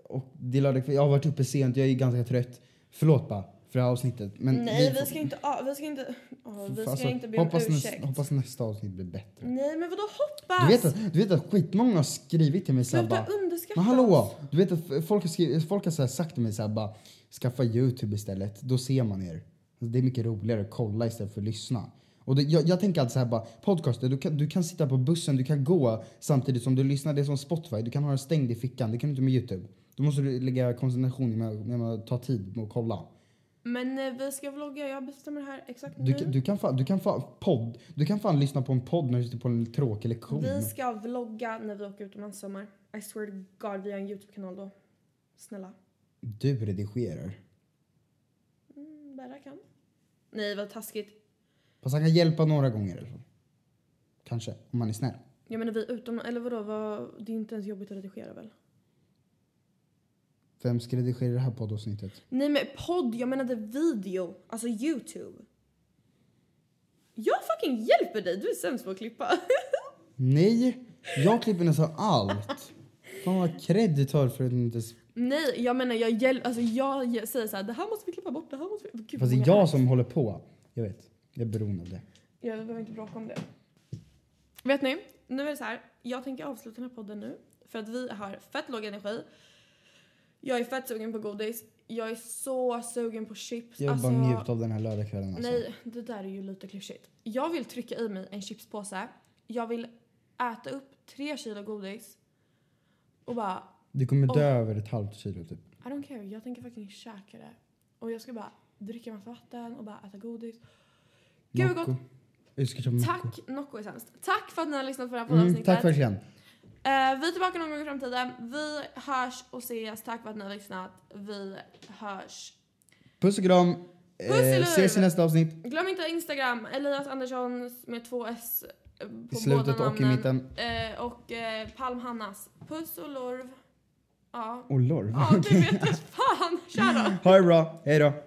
Speaker 1: och det är lördag kväll. Jag har varit uppe sent, jag är ganska trött. Förlåt bara för det här avsnittet. Men
Speaker 2: Nej,
Speaker 1: får-
Speaker 2: vi ska inte... ah, vi ska inte... ah, vi ska
Speaker 1: alltså,
Speaker 2: inte be om
Speaker 1: hoppas nästa-
Speaker 2: ursäkt.
Speaker 1: hoppas nästa avsnitt blir bättre.
Speaker 2: Nej, men vadå hoppas?
Speaker 1: Du vet, att, du vet att skitmånga har skrivit till mig såhär bara...
Speaker 2: Sluta underskatta
Speaker 1: Men hallå!
Speaker 2: oss.
Speaker 1: Du vet att folk har, skrivit, folk har så här sagt till mig såhär bara... Skaffa Youtube istället, då ser man er. Alltså, Det är mycket roligare att kolla istället för att lyssna. Och det, jag, jag tänker alltid såhär bara, podcaster, du kan, du kan sitta på bussen, du kan gå samtidigt som du lyssnar. Det är som Spotify, du kan ha den stängd i fickan. Det kan du inte med Youtube. Då måste du lägga koncentration med, med att ta tid med att kolla.
Speaker 2: Men eh, vi ska vlogga, jag bestämmer det här exakt
Speaker 1: Du,
Speaker 2: nu.
Speaker 1: kan- du kan fan, du kan fan, podd. Du kan fan lyssna på en podd när du sitter på en tråkig lektion.
Speaker 2: Vi ska vlogga när vi åker utomlands i sommar. I swear to God, vi har en YouTube-kanal då. Snälla.
Speaker 1: Du redigerar.
Speaker 2: Mm, Berra kan. Nej, vad taskigt.
Speaker 1: Fast han kan hjälpa några gånger i alla fall. Kanske, om man är snäll.
Speaker 2: Jag menar, vi är utomlands... Eller vadå? Vad, det är inte ens jobbigt att redigera väl?
Speaker 1: Vem ska redigera det här poddavsnittet?
Speaker 2: Nej, men podd. Jag menade video. Alltså YouTube. Jag fucking hjälper dig. Du är sämst på att klippa. [LAUGHS]
Speaker 1: Nej! Jag klipper nästan allt. Fan vad cred du tar för att inte... s-
Speaker 2: Nej, jag menar jag hjälper... Alltså jag ge- säger så här, det här måste vi klippa bort, det här måste vi... Gud,
Speaker 1: Fast det
Speaker 2: många
Speaker 1: är jag
Speaker 2: apps.
Speaker 1: som håller på. Jag vet. Jag är beroende av det.
Speaker 2: Ja, vi behöver inte bråka om det. Vet ni? Nu är det så här. Jag tänker avsluta den här podden nu. För att vi har fett låg energi. Jag är fett sugen på godis. Jag är så sugen på chips.
Speaker 1: Jag vill bara njuta av den här lördagskvällen alltså.
Speaker 2: Alltså, Nej, det där är ju lite klyschigt. Jag vill trycka i mig en chipspåse. Jag vill äta upp tre kilo godis. Och bara,
Speaker 1: Du kommer dö
Speaker 2: Åh.
Speaker 1: över ett halvt kilo typ.
Speaker 2: I don't care. Jag tänker fucking käka det. Och jag ska bara dricka massa vatten och bara äta godis.
Speaker 1: Mm.
Speaker 2: Gud vad gott.
Speaker 1: Nocco. Jag ska köpa Nocco.
Speaker 2: Tack, Nocco är sämst. Tack för att ni har lyssnat på det här
Speaker 1: Mm,
Speaker 2: poddavsnittet.
Speaker 1: tack verkligen.
Speaker 2: Eh, vi är tillbaka någon gång i framtiden. Vi hörs och ses. Tack för att ni har lyssnat. Vi hörs.
Speaker 1: Puss och kram.
Speaker 2: Puss
Speaker 1: eh,
Speaker 2: i
Speaker 1: ses i
Speaker 2: lurven.
Speaker 1: nästa avsnitt.
Speaker 2: Glöm inte Instagram, Elias Andersson med två S eh, på
Speaker 1: I slutet
Speaker 2: båda
Speaker 1: och i
Speaker 2: namnen.
Speaker 1: mitten.
Speaker 2: Eh, och eh, Palm Hannas. Puss och lorv. Ja.
Speaker 1: Och lorv. [LAUGHS]
Speaker 2: Ja, du vet. Fan, kör då.
Speaker 1: Ha det bra. Hej då.